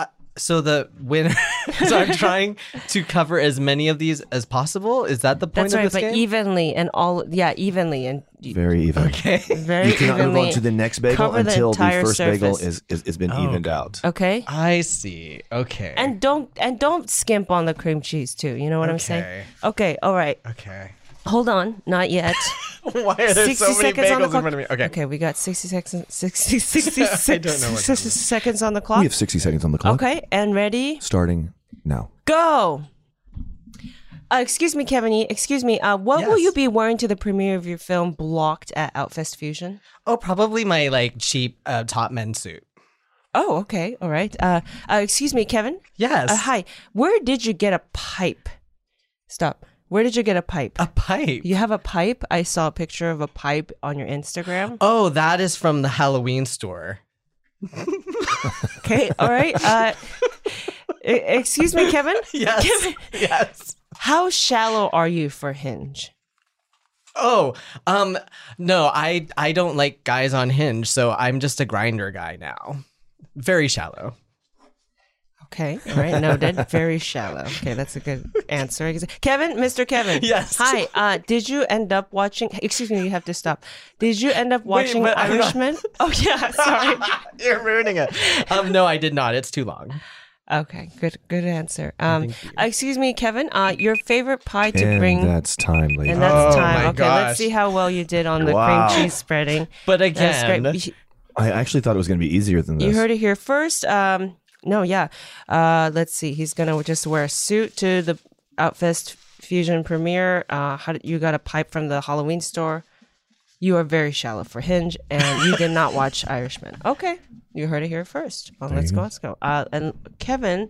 Speaker 5: Uh, so the winner. so I'm trying to cover as many of these as possible. Is that the point
Speaker 2: That's
Speaker 5: of
Speaker 2: right,
Speaker 5: this
Speaker 2: but
Speaker 5: game?
Speaker 2: evenly and all, yeah, evenly and y-
Speaker 7: Very even.
Speaker 2: very
Speaker 7: You cannot
Speaker 2: evenly.
Speaker 7: move on to the next bagel
Speaker 2: cover the
Speaker 7: until the,
Speaker 2: entire
Speaker 7: first bagel
Speaker 2: surface.
Speaker 7: is, is, has been evened out.
Speaker 2: Okay.
Speaker 5: I see. Okay.
Speaker 2: And don't and don't skimp on the cream cheese too. You know what I'm saying?
Speaker 5: Okay.
Speaker 2: Okay. All right.
Speaker 5: okay.
Speaker 2: Hold on. Not yet.
Speaker 5: Why are there
Speaker 2: 60
Speaker 5: so many
Speaker 2: seconds on
Speaker 5: bagels
Speaker 2: the
Speaker 5: in
Speaker 2: clock.
Speaker 5: front of me? Okay.
Speaker 2: Okay. We got 60 seconds. 60, 60
Speaker 5: know what
Speaker 2: seconds on the clock.
Speaker 7: We have 60 seconds on the clock.
Speaker 2: okay. And ready?
Speaker 7: Starting now.
Speaker 2: Go. Uh, excuse me, Kevin. Yee. Excuse me. Uh, what will
Speaker 5: Yes.
Speaker 2: you be wearing to the premiere of your film Blocked at Outfest Fusion?
Speaker 5: Oh, probably my like cheap uh, top men suit.
Speaker 2: Oh, okay. All right. Uh, uh, excuse me, Kevin.
Speaker 5: Yes.
Speaker 2: Uh, hi. Where did you get a pipe? Stop. Where did you get a pipe?
Speaker 5: A pipe.
Speaker 2: you have a pipe? I saw a picture of a pipe on your Instagram.
Speaker 5: Oh, that is from the Halloween store.
Speaker 2: Okay. All right. Uh, e- excuse me, Kevin.
Speaker 5: Yes.
Speaker 2: Kevin,
Speaker 5: yes.
Speaker 2: how shallow are you for Hinge?
Speaker 5: Oh, um, no, I I don't like guys on Hinge, so I'm just a grinder guy now. Very shallow.
Speaker 2: Okay. All right. Noted. Very shallow. Okay. That's a good answer. I guess. Kevin, Mr. Kevin.
Speaker 5: Yes.
Speaker 2: Hi. Uh, did you end up watching? Excuse me. You have to stop. Did you end up watching
Speaker 5: but I'm not-
Speaker 2: Irishman? Oh yeah. Sorry.
Speaker 5: You're ruining it. Um, no, I did not. It's too long.
Speaker 2: okay. Good. Good answer. Um, excuse me, Kevin. Uh, your favorite pie to bring.
Speaker 7: timely.
Speaker 2: and that's
Speaker 5: Oh
Speaker 2: time.
Speaker 5: my
Speaker 2: okay.
Speaker 5: gosh.
Speaker 2: Let's see how well you did on the
Speaker 7: Wow.
Speaker 2: cream cheese spreading.
Speaker 5: But
Speaker 2: That's great.
Speaker 5: again,
Speaker 2: You-
Speaker 7: I actually thought it was going to be easier than this.
Speaker 2: You heard it here first. Um, no, yeah. Uh, let's see. He's gonna just wear a suit to the Outfest Fusion premiere. Uh, how did, you got a pipe from the Halloween store? You are very shallow for Hinge, and you did not watch Irishman. Okay, you heard it here first. Well, let's go. Let's go. Uh, and Kevin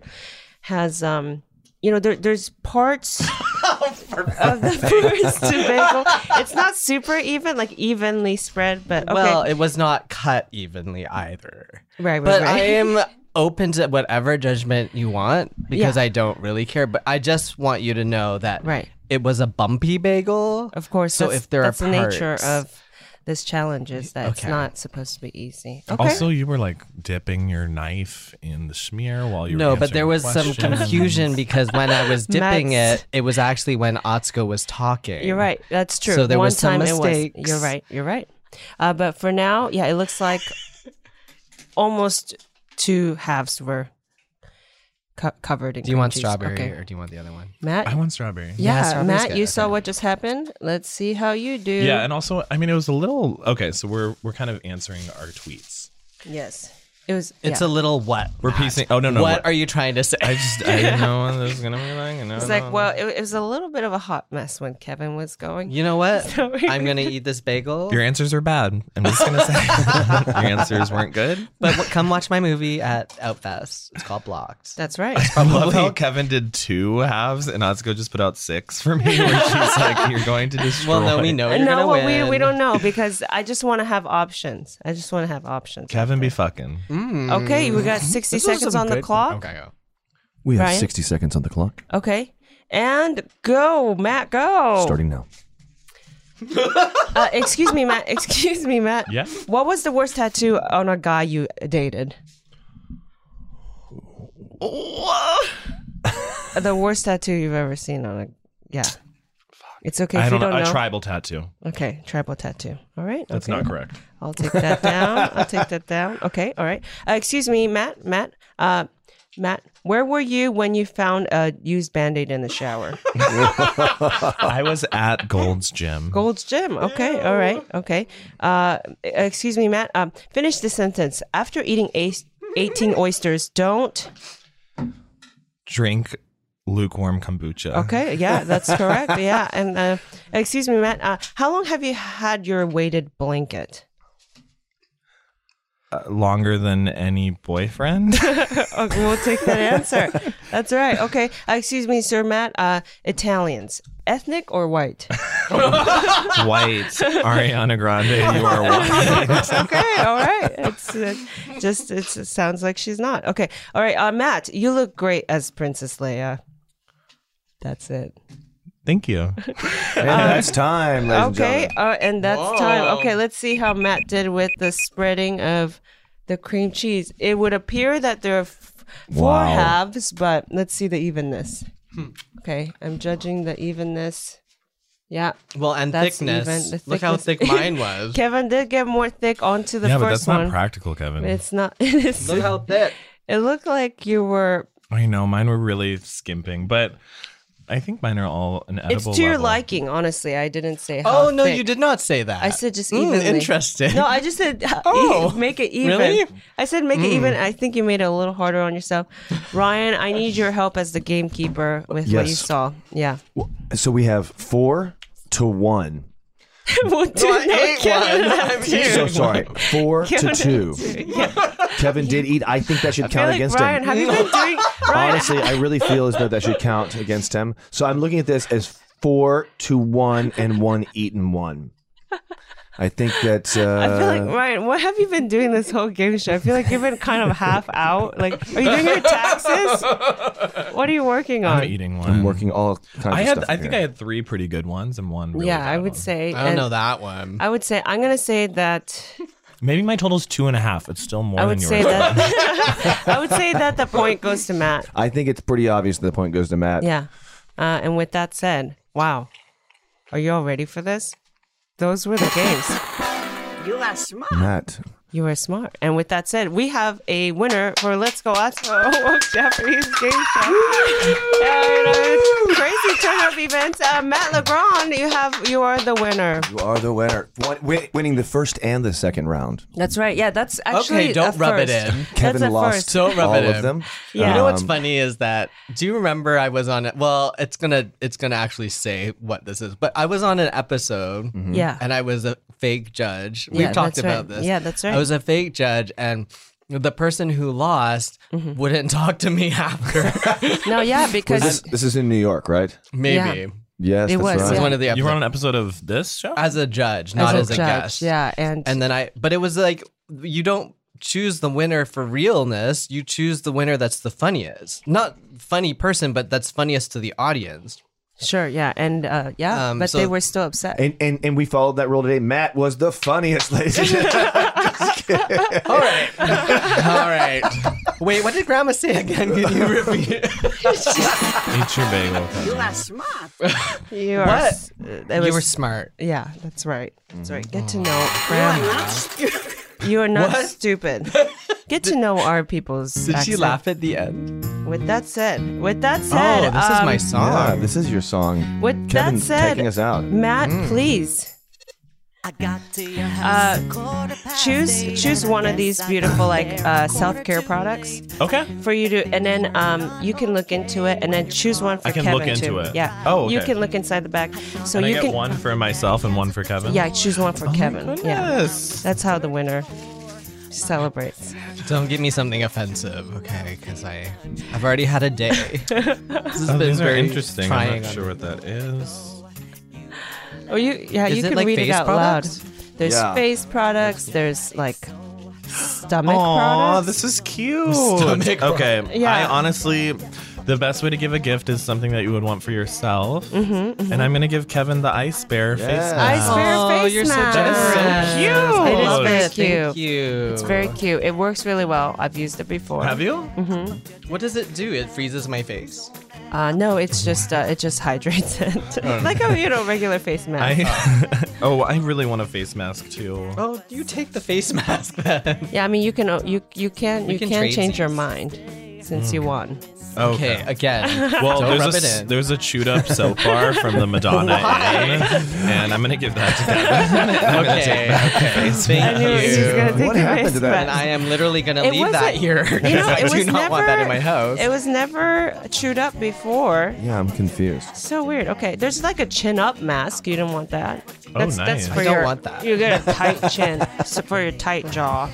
Speaker 2: has, um, you know, there, there's parts
Speaker 5: Oh,
Speaker 2: of the first bagel. It's not super even, like evenly spread, but okay.
Speaker 5: well, it was not cut evenly either.
Speaker 2: right, right,
Speaker 5: But
Speaker 2: right.
Speaker 5: I am open to whatever judgment you want because
Speaker 2: Yeah.
Speaker 5: I don't really care. But I just want you to know that
Speaker 2: Right.
Speaker 5: it was a bumpy bagel.
Speaker 2: Of course.
Speaker 5: So
Speaker 2: that's-
Speaker 5: if there are
Speaker 2: that's the nature
Speaker 5: parts-
Speaker 2: of this challenge is that it's
Speaker 5: Okay.
Speaker 2: not supposed to be easy. Okay.
Speaker 6: Also, you were like dipping your knife in the smear while you were
Speaker 5: No, but there was
Speaker 6: answering
Speaker 5: some
Speaker 6: questions.
Speaker 5: confusion because when I was dipping
Speaker 2: Matt's-
Speaker 5: it, it was actually when Otsko was talking.
Speaker 2: you're right. That's true.
Speaker 5: So there
Speaker 2: One
Speaker 5: was some
Speaker 2: time It was,
Speaker 5: mistakes.
Speaker 2: you're right. You're right. Uh, but for now, yeah, it looks like almost two halves were co- covered in.
Speaker 5: Do you want
Speaker 2: cream cheese.
Speaker 5: strawberry
Speaker 2: Okay.
Speaker 5: or do you want the other one?
Speaker 2: Matt?
Speaker 6: I want strawberry.
Speaker 5: Yeah,
Speaker 2: yeah,
Speaker 5: strawberry's
Speaker 2: Matt,
Speaker 5: good.
Speaker 2: you
Speaker 5: Okay.
Speaker 2: saw what just happened. Let's see how you do.
Speaker 6: Yeah, and also, I mean, it was a little okay. So we're we're kind of answering our tweets.
Speaker 2: yes, it was.
Speaker 5: It's
Speaker 2: yeah.
Speaker 5: a little what?
Speaker 6: We're piecing. Oh no, no.
Speaker 5: what are you trying to say?
Speaker 6: I just I didn't know what this was gonna be like. and I
Speaker 2: It's
Speaker 6: don't
Speaker 2: like
Speaker 6: know.
Speaker 2: well, it, it was a little bit of a hot mess when Kevin was going.
Speaker 5: You know what?
Speaker 2: Sorry.
Speaker 5: I'm gonna eat this bagel.
Speaker 6: your answers are bad. I'm just gonna say your answers weren't good.
Speaker 5: But w- come watch my movie at Outfest. It's called Blocked.
Speaker 2: That's right.
Speaker 6: I love how Kevin did two halves and Otsko just put out six for me. Where she's like, "You're going to destroy."
Speaker 5: Well, no, we know you're
Speaker 2: no,
Speaker 5: gonna
Speaker 2: well,
Speaker 5: win.
Speaker 2: we we don't know because I just want to have options. I just want to have options. Mm.
Speaker 6: Kevin be fucking.
Speaker 2: Hmm? Okay, we got sixty seconds on the clock.
Speaker 5: Okay, go.
Speaker 7: We have
Speaker 2: Brian?
Speaker 7: 60 seconds on the clock,
Speaker 2: Okay. And go, Matt. Go.
Speaker 7: starting now.
Speaker 2: Uh, excuse me, Matt. Excuse me, Matt.
Speaker 6: Yeah.
Speaker 2: What was the worst tattoo on a guy you dated? the worst tattoo you've ever seen on a yeah. It's okay if
Speaker 6: I don't,
Speaker 2: you don't
Speaker 6: know.
Speaker 2: know.
Speaker 6: A tribal tattoo.
Speaker 2: okay, tribal tattoo. All right.
Speaker 6: That's
Speaker 2: okay.
Speaker 6: not correct.
Speaker 2: I'll take that down. I'll take that down. Okay, all right. Uh, excuse me, Matt. Matt. Uh, Matt. Where were you when you found a used Band-Aid in the shower?
Speaker 6: I was at Gold's Gym.
Speaker 2: Gold's Gym. Okay, all right. Okay. Uh, excuse me, Matt. Um, finish the sentence. After eating eight, 18 oysters, don't.
Speaker 6: Drink lukewarm kombucha.
Speaker 2: Okay, yeah, that's correct. Yeah, and uh, excuse me, Matt. Uh, how long have you had your weighted blanket?
Speaker 6: Uh, longer than any boyfriend.
Speaker 2: Okay, we'll take that answer. That's right. Okay. Uh, excuse me, sir Matt. Uh, Italians, ethnic or white?
Speaker 6: white. Ariana Grande. You are white.
Speaker 2: okay. All right. It's uh, just it's, it sounds like she's not. Okay. All right. Uh, Matt, you look great as Princess Leia. That's it.
Speaker 6: Thank you.
Speaker 7: And that's time, ladies and
Speaker 2: Uh, Okay.
Speaker 7: gentlemen.
Speaker 2: Uh, and that's time. Okay. Let's see how Matt did with the spreading of the cream cheese. It would appear that there are f- four
Speaker 7: Wow.
Speaker 2: halves, but let's see the evenness.
Speaker 6: Hmm.
Speaker 2: Okay. I'm judging the evenness. Yeah.
Speaker 5: Well, and
Speaker 2: That's
Speaker 5: thickness.
Speaker 2: even. The
Speaker 5: Look how thick
Speaker 2: thickness-
Speaker 5: mine was.
Speaker 2: Kevin did get more thick onto the
Speaker 6: yeah,
Speaker 2: first
Speaker 6: but that's
Speaker 2: one.
Speaker 6: not practical, Kevin.
Speaker 2: It's not. It is.
Speaker 5: Look how thick.
Speaker 2: It looked like you were.
Speaker 6: I know mine were really skimping, but I think mine are all an edible.
Speaker 2: It's to your
Speaker 6: level.
Speaker 2: liking, honestly. I didn't say. How
Speaker 5: Oh no,
Speaker 2: thick.
Speaker 5: you did not say that.
Speaker 2: I said just
Speaker 5: Mm,
Speaker 2: evenly.
Speaker 5: interesting.
Speaker 2: No, I just said uh,
Speaker 5: Oh,
Speaker 2: e- make it even.
Speaker 5: really? Mm.
Speaker 2: I said make it even. I think you made it a little harder on yourself, Ryan. I need your help as the gamekeeper with what you
Speaker 7: Yes.
Speaker 2: saw. Yeah.
Speaker 7: So we have four to one.
Speaker 2: We'll do-
Speaker 5: I
Speaker 2: no,
Speaker 5: ate
Speaker 2: Kevin,
Speaker 5: one.
Speaker 2: that's
Speaker 5: I'm
Speaker 2: you.
Speaker 5: here.
Speaker 7: So sorry, four to
Speaker 2: Kevin,
Speaker 7: two.
Speaker 2: that's you. Yeah.
Speaker 7: Kevin did eat. I think that should
Speaker 2: I feel
Speaker 7: count
Speaker 2: like,
Speaker 7: against
Speaker 2: Ryan,
Speaker 7: him.
Speaker 2: have you been doing? Ryan,
Speaker 7: Honestly, I really feel as though that should count against him. So I'm looking at this as four to one and one eaten one. I think that. Uh,
Speaker 2: I feel like Ryan, what have you been doing this whole game show? I feel like you've been kind of half out. Like, are you doing your taxes? What are you working
Speaker 6: I'm
Speaker 2: on?
Speaker 6: eating one.
Speaker 7: I'm working all kinds
Speaker 6: Mm. I
Speaker 7: of
Speaker 6: had.
Speaker 7: stuff.
Speaker 6: I think I
Speaker 7: here.
Speaker 6: had three pretty good ones and one. Really
Speaker 2: yeah, I
Speaker 6: bad
Speaker 2: would
Speaker 6: one.
Speaker 2: say.
Speaker 5: I don't
Speaker 2: and
Speaker 5: know that one.
Speaker 2: I would say I'm gonna say that
Speaker 6: Maybe my total's two and a half. It's still more
Speaker 2: I
Speaker 6: than
Speaker 2: would
Speaker 6: yours.
Speaker 2: say that. I would say that the point goes to Matt.
Speaker 7: I think it's pretty obvious that the point goes to Matt.
Speaker 2: Yeah. Uh, and with that said, wow, are you all ready for this? Those were the games.
Speaker 9: You are smart.
Speaker 7: Matt.
Speaker 2: You are smart. And with that said, we have a winner for Let's Go Atsumo Japanese Game Show. And, uh, crazy turn up event. Uh, Matt Legrand, you have you are the winner.
Speaker 7: You are the winner. Win- win- winning the first and the second round.
Speaker 2: That's right. Yeah, that's
Speaker 5: actually Okay, don't a rub it first. in.
Speaker 7: Kevin
Speaker 5: That's a
Speaker 7: lost
Speaker 5: first. Don't rub
Speaker 7: all
Speaker 5: it
Speaker 7: of
Speaker 5: in.
Speaker 7: them.
Speaker 5: You know what's
Speaker 7: Um,
Speaker 5: funny is that do you remember I was on it? Well, it's gonna it's gonna actually say what this is, but I was on an episode,
Speaker 2: Yeah.
Speaker 5: um, and I was a fake judge.
Speaker 2: Yeah,
Speaker 5: We've talked
Speaker 2: that's right.
Speaker 5: about this.
Speaker 2: Yeah, that's
Speaker 5: I
Speaker 2: right.
Speaker 5: was a fake judge, and the person who lost
Speaker 2: Mm-hmm.
Speaker 5: wouldn't talk to me after.
Speaker 2: No, yeah, because
Speaker 7: Was this, this is in New York, right?
Speaker 5: Maybe
Speaker 7: Yes,
Speaker 2: It
Speaker 7: that's
Speaker 2: was,
Speaker 7: right.
Speaker 2: yeah.
Speaker 5: one of the
Speaker 6: You were on an
Speaker 5: episodes
Speaker 6: episode of this show?
Speaker 5: as a judge, not as a,
Speaker 2: judge,
Speaker 5: guest.
Speaker 2: Yeah, and,
Speaker 5: and then I, but it was like you don't choose the winner for realness. You choose the winner that's the funniest, not funny person, but that's funniest to the audience.
Speaker 2: sure, yeah, and uh, yeah,
Speaker 5: Um,
Speaker 2: but
Speaker 5: so-
Speaker 2: they were still upset.
Speaker 7: And, and and we followed that rule today. Matt was the funniest, ladies and gentlemen.
Speaker 5: All right, all right. Wait, what did Grandma say again? Can you repeat? it?
Speaker 6: Eat your bagel.
Speaker 9: You are smart.
Speaker 2: you are,
Speaker 5: What?
Speaker 2: s- uh, it
Speaker 5: you
Speaker 2: was-
Speaker 5: were smart.
Speaker 2: yeah, that's right. That's right. Get to know
Speaker 9: Mm-hmm. You are
Speaker 2: grandma.
Speaker 9: not stupid.
Speaker 2: You are not
Speaker 5: What?
Speaker 2: stupid. Get to know our people's.
Speaker 5: Did she
Speaker 2: accent.
Speaker 5: laugh at the end?
Speaker 2: With that said, with that said,
Speaker 5: oh, this is
Speaker 2: um,
Speaker 5: my
Speaker 7: Yeah,
Speaker 5: song.
Speaker 7: Ah, this is your song.
Speaker 2: With
Speaker 7: Kevin's
Speaker 2: that said,
Speaker 7: taking us out.
Speaker 2: Matt,
Speaker 5: Mm.
Speaker 2: please
Speaker 9: I got to your
Speaker 2: house Uh, choose choose one of these beautiful like uh, self care products
Speaker 6: Okay.
Speaker 2: for you to, and then um, you can look into it, and then choose one for
Speaker 6: I can
Speaker 2: Kevin
Speaker 6: look
Speaker 2: too.
Speaker 6: into it.
Speaker 2: Yeah.
Speaker 6: Oh,
Speaker 2: You
Speaker 6: okay.
Speaker 2: can look inside the bag, so
Speaker 6: Can I
Speaker 2: you
Speaker 6: get
Speaker 2: can.
Speaker 6: one Oh for myself and one for Kevin?
Speaker 2: Yeah, choose one for Kevin. Yeah.
Speaker 6: Yes.
Speaker 2: That's how the winner celebrates.
Speaker 5: Don't give me something offensive, okay? Because I, I've already had a day. This has
Speaker 6: Oh,
Speaker 5: been
Speaker 6: these are
Speaker 5: very
Speaker 6: interesting.
Speaker 5: Trying
Speaker 6: I'm
Speaker 5: on
Speaker 6: not
Speaker 5: me.
Speaker 6: sure what that is.
Speaker 2: Oh, you yeah,
Speaker 5: Is
Speaker 2: you
Speaker 5: it
Speaker 2: can
Speaker 5: like
Speaker 2: read it
Speaker 5: face
Speaker 2: out
Speaker 5: products?
Speaker 2: loud. There's
Speaker 7: Yeah.
Speaker 2: face products. There's like stomach
Speaker 6: Aw,
Speaker 2: products.
Speaker 6: this is cute.
Speaker 5: Stomach
Speaker 6: okay.
Speaker 2: Yeah.
Speaker 6: I honestly, the best way to give a gift is something that you would want for yourself. Mm-hmm, And I'm going to give Kevin the ice bear
Speaker 7: Yeah.
Speaker 6: face
Speaker 7: Ice
Speaker 6: mask.
Speaker 2: bear
Speaker 5: Oh,
Speaker 2: face
Speaker 5: you're so
Speaker 2: mask.
Speaker 5: generous.
Speaker 6: It is so
Speaker 2: It is
Speaker 6: cute.
Speaker 2: very
Speaker 6: Thank
Speaker 2: cute.
Speaker 5: Thank you.
Speaker 2: It's very cute. It works really well. I've used it before.
Speaker 6: Have you?
Speaker 5: What does it do? It freezes my face.
Speaker 2: Uh, no, it's just uh, it just hydrates it, like a you know regular face mask.
Speaker 6: Oh. I oh, I really want a face mask too.
Speaker 5: Oh, you take the face mask then.
Speaker 2: yeah, I mean you can uh, you you can
Speaker 5: We
Speaker 2: you
Speaker 5: can
Speaker 2: can,
Speaker 5: trade
Speaker 2: change your
Speaker 5: these.
Speaker 2: mind since
Speaker 7: Hmm.
Speaker 2: you won.
Speaker 5: Okay, again.
Speaker 6: Well,
Speaker 5: Don't rub it
Speaker 6: there's a,
Speaker 5: in.
Speaker 6: there's a chewed up soap bar from the Madonna, ad, and I'm gonna give that to Kevin. I'm gonna
Speaker 5: okay,
Speaker 6: take that.
Speaker 5: okay. Thank
Speaker 2: knew she was gonna
Speaker 5: you.
Speaker 2: take
Speaker 7: What
Speaker 2: the
Speaker 7: happened
Speaker 2: face
Speaker 7: to that?
Speaker 5: And
Speaker 2: mask.
Speaker 5: I am literally gonna
Speaker 2: It
Speaker 5: leave that
Speaker 2: wasn't-
Speaker 5: here because
Speaker 2: You know,
Speaker 5: I
Speaker 2: it
Speaker 5: do
Speaker 2: was
Speaker 5: not want that in my
Speaker 2: never-
Speaker 5: house.
Speaker 2: It was never chewed up before.
Speaker 7: Yeah, I'm confused.
Speaker 2: So weird. Okay, there's like a chin up mask. You don't want that.
Speaker 6: Oh,
Speaker 2: that's,
Speaker 6: nice.
Speaker 2: That's for
Speaker 5: I don't
Speaker 2: your,
Speaker 5: want that.
Speaker 2: You get a tight chin. so for your tight jaw.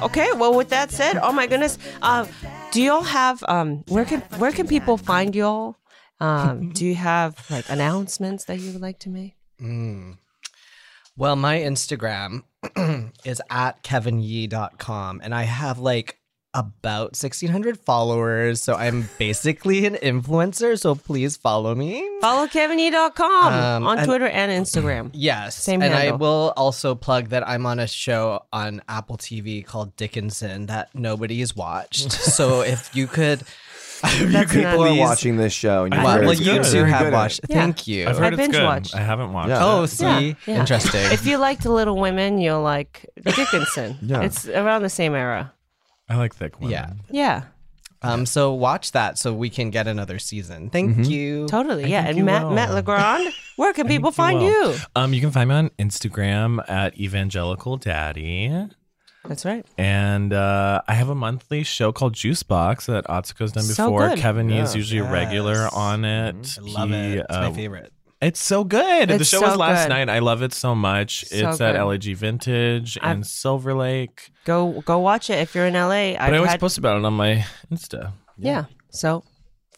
Speaker 2: Okay. Well, with that said, oh my goodness. Um, do y'all have um? Where can where can people find y'all? Um, do you have like announcements that you would like to make?
Speaker 5: Well, my Instagram is at kevinyee.com and I have like about 1600 followers, so I'm basically an influencer, so please follow me.
Speaker 2: Follow KevinE.com
Speaker 5: Um,
Speaker 2: on
Speaker 5: and-
Speaker 2: Twitter and Instagram.
Speaker 5: Yes.
Speaker 2: Same
Speaker 5: and I
Speaker 2: handle.
Speaker 5: will also plug that I'm on a show on Apple TV called Dickinson that nobody's watched. so if you could if you
Speaker 2: That's
Speaker 5: could
Speaker 2: nice.
Speaker 7: People are
Speaker 5: please-
Speaker 7: watching this show. And
Speaker 6: I
Speaker 7: you're
Speaker 5: Well,
Speaker 7: very
Speaker 5: well,
Speaker 6: it's
Speaker 5: you
Speaker 6: good.
Speaker 5: two
Speaker 7: you're very
Speaker 5: have
Speaker 7: good at
Speaker 5: watched.
Speaker 2: Yeah.
Speaker 5: Thank you.
Speaker 6: I've heard
Speaker 2: I
Speaker 6: it's
Speaker 2: binge
Speaker 6: good.
Speaker 2: watched.
Speaker 6: I haven't watched.
Speaker 7: Yeah.
Speaker 6: it.
Speaker 5: Oh, see,
Speaker 2: Yeah, yeah.
Speaker 5: interesting.
Speaker 2: If you liked Little Women, you'll like Dickinson.
Speaker 7: Yeah.
Speaker 2: It's around the same era.
Speaker 6: I like thick women.
Speaker 5: Yeah.
Speaker 2: Yeah.
Speaker 5: Um, so watch that so we can get another season. Thank you.
Speaker 2: Mm-hmm. Totally, yeah.
Speaker 6: think
Speaker 2: And
Speaker 6: you
Speaker 2: Matt,
Speaker 6: will.
Speaker 2: Matt Legrand, where can people find
Speaker 6: will.
Speaker 2: you?
Speaker 6: Um, you can find me on Instagram at evangelical daddy.
Speaker 2: That's right.
Speaker 6: And uh, I have a monthly show called Juice Box that Atsuko's done
Speaker 2: So
Speaker 6: before.
Speaker 2: good.
Speaker 6: Kevin Yee is
Speaker 5: Yeah.
Speaker 6: usually a
Speaker 5: Yes. Mm-hmm.
Speaker 6: regular on it.
Speaker 5: I love
Speaker 6: He,
Speaker 5: it. It's my
Speaker 6: uh,
Speaker 5: favorite.
Speaker 6: It's so good. the
Speaker 2: It's
Speaker 6: show
Speaker 2: so
Speaker 6: was last
Speaker 2: good.
Speaker 6: night. I love it so much.
Speaker 2: So
Speaker 6: it's
Speaker 2: good.
Speaker 6: at LAG Vintage
Speaker 2: I've-
Speaker 6: and Silver Lake.
Speaker 2: Go go watch it if you're in LA.
Speaker 6: But I
Speaker 2: I've
Speaker 6: always
Speaker 2: had-
Speaker 6: post about it on my Insta.
Speaker 2: yeah. So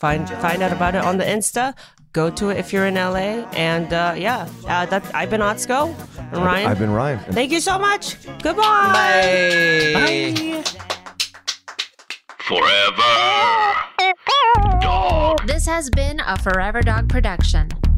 Speaker 2: find find out about it on the Insta. Go to it if you're in LA. And uh, yeah, uh, that I've been Otsko and Ryan.
Speaker 7: I've been Ryan. And
Speaker 2: Thank you so much. Goodbye.
Speaker 5: Bye.
Speaker 1: Forever. Dog.
Speaker 8: This has been a Forever Dog production.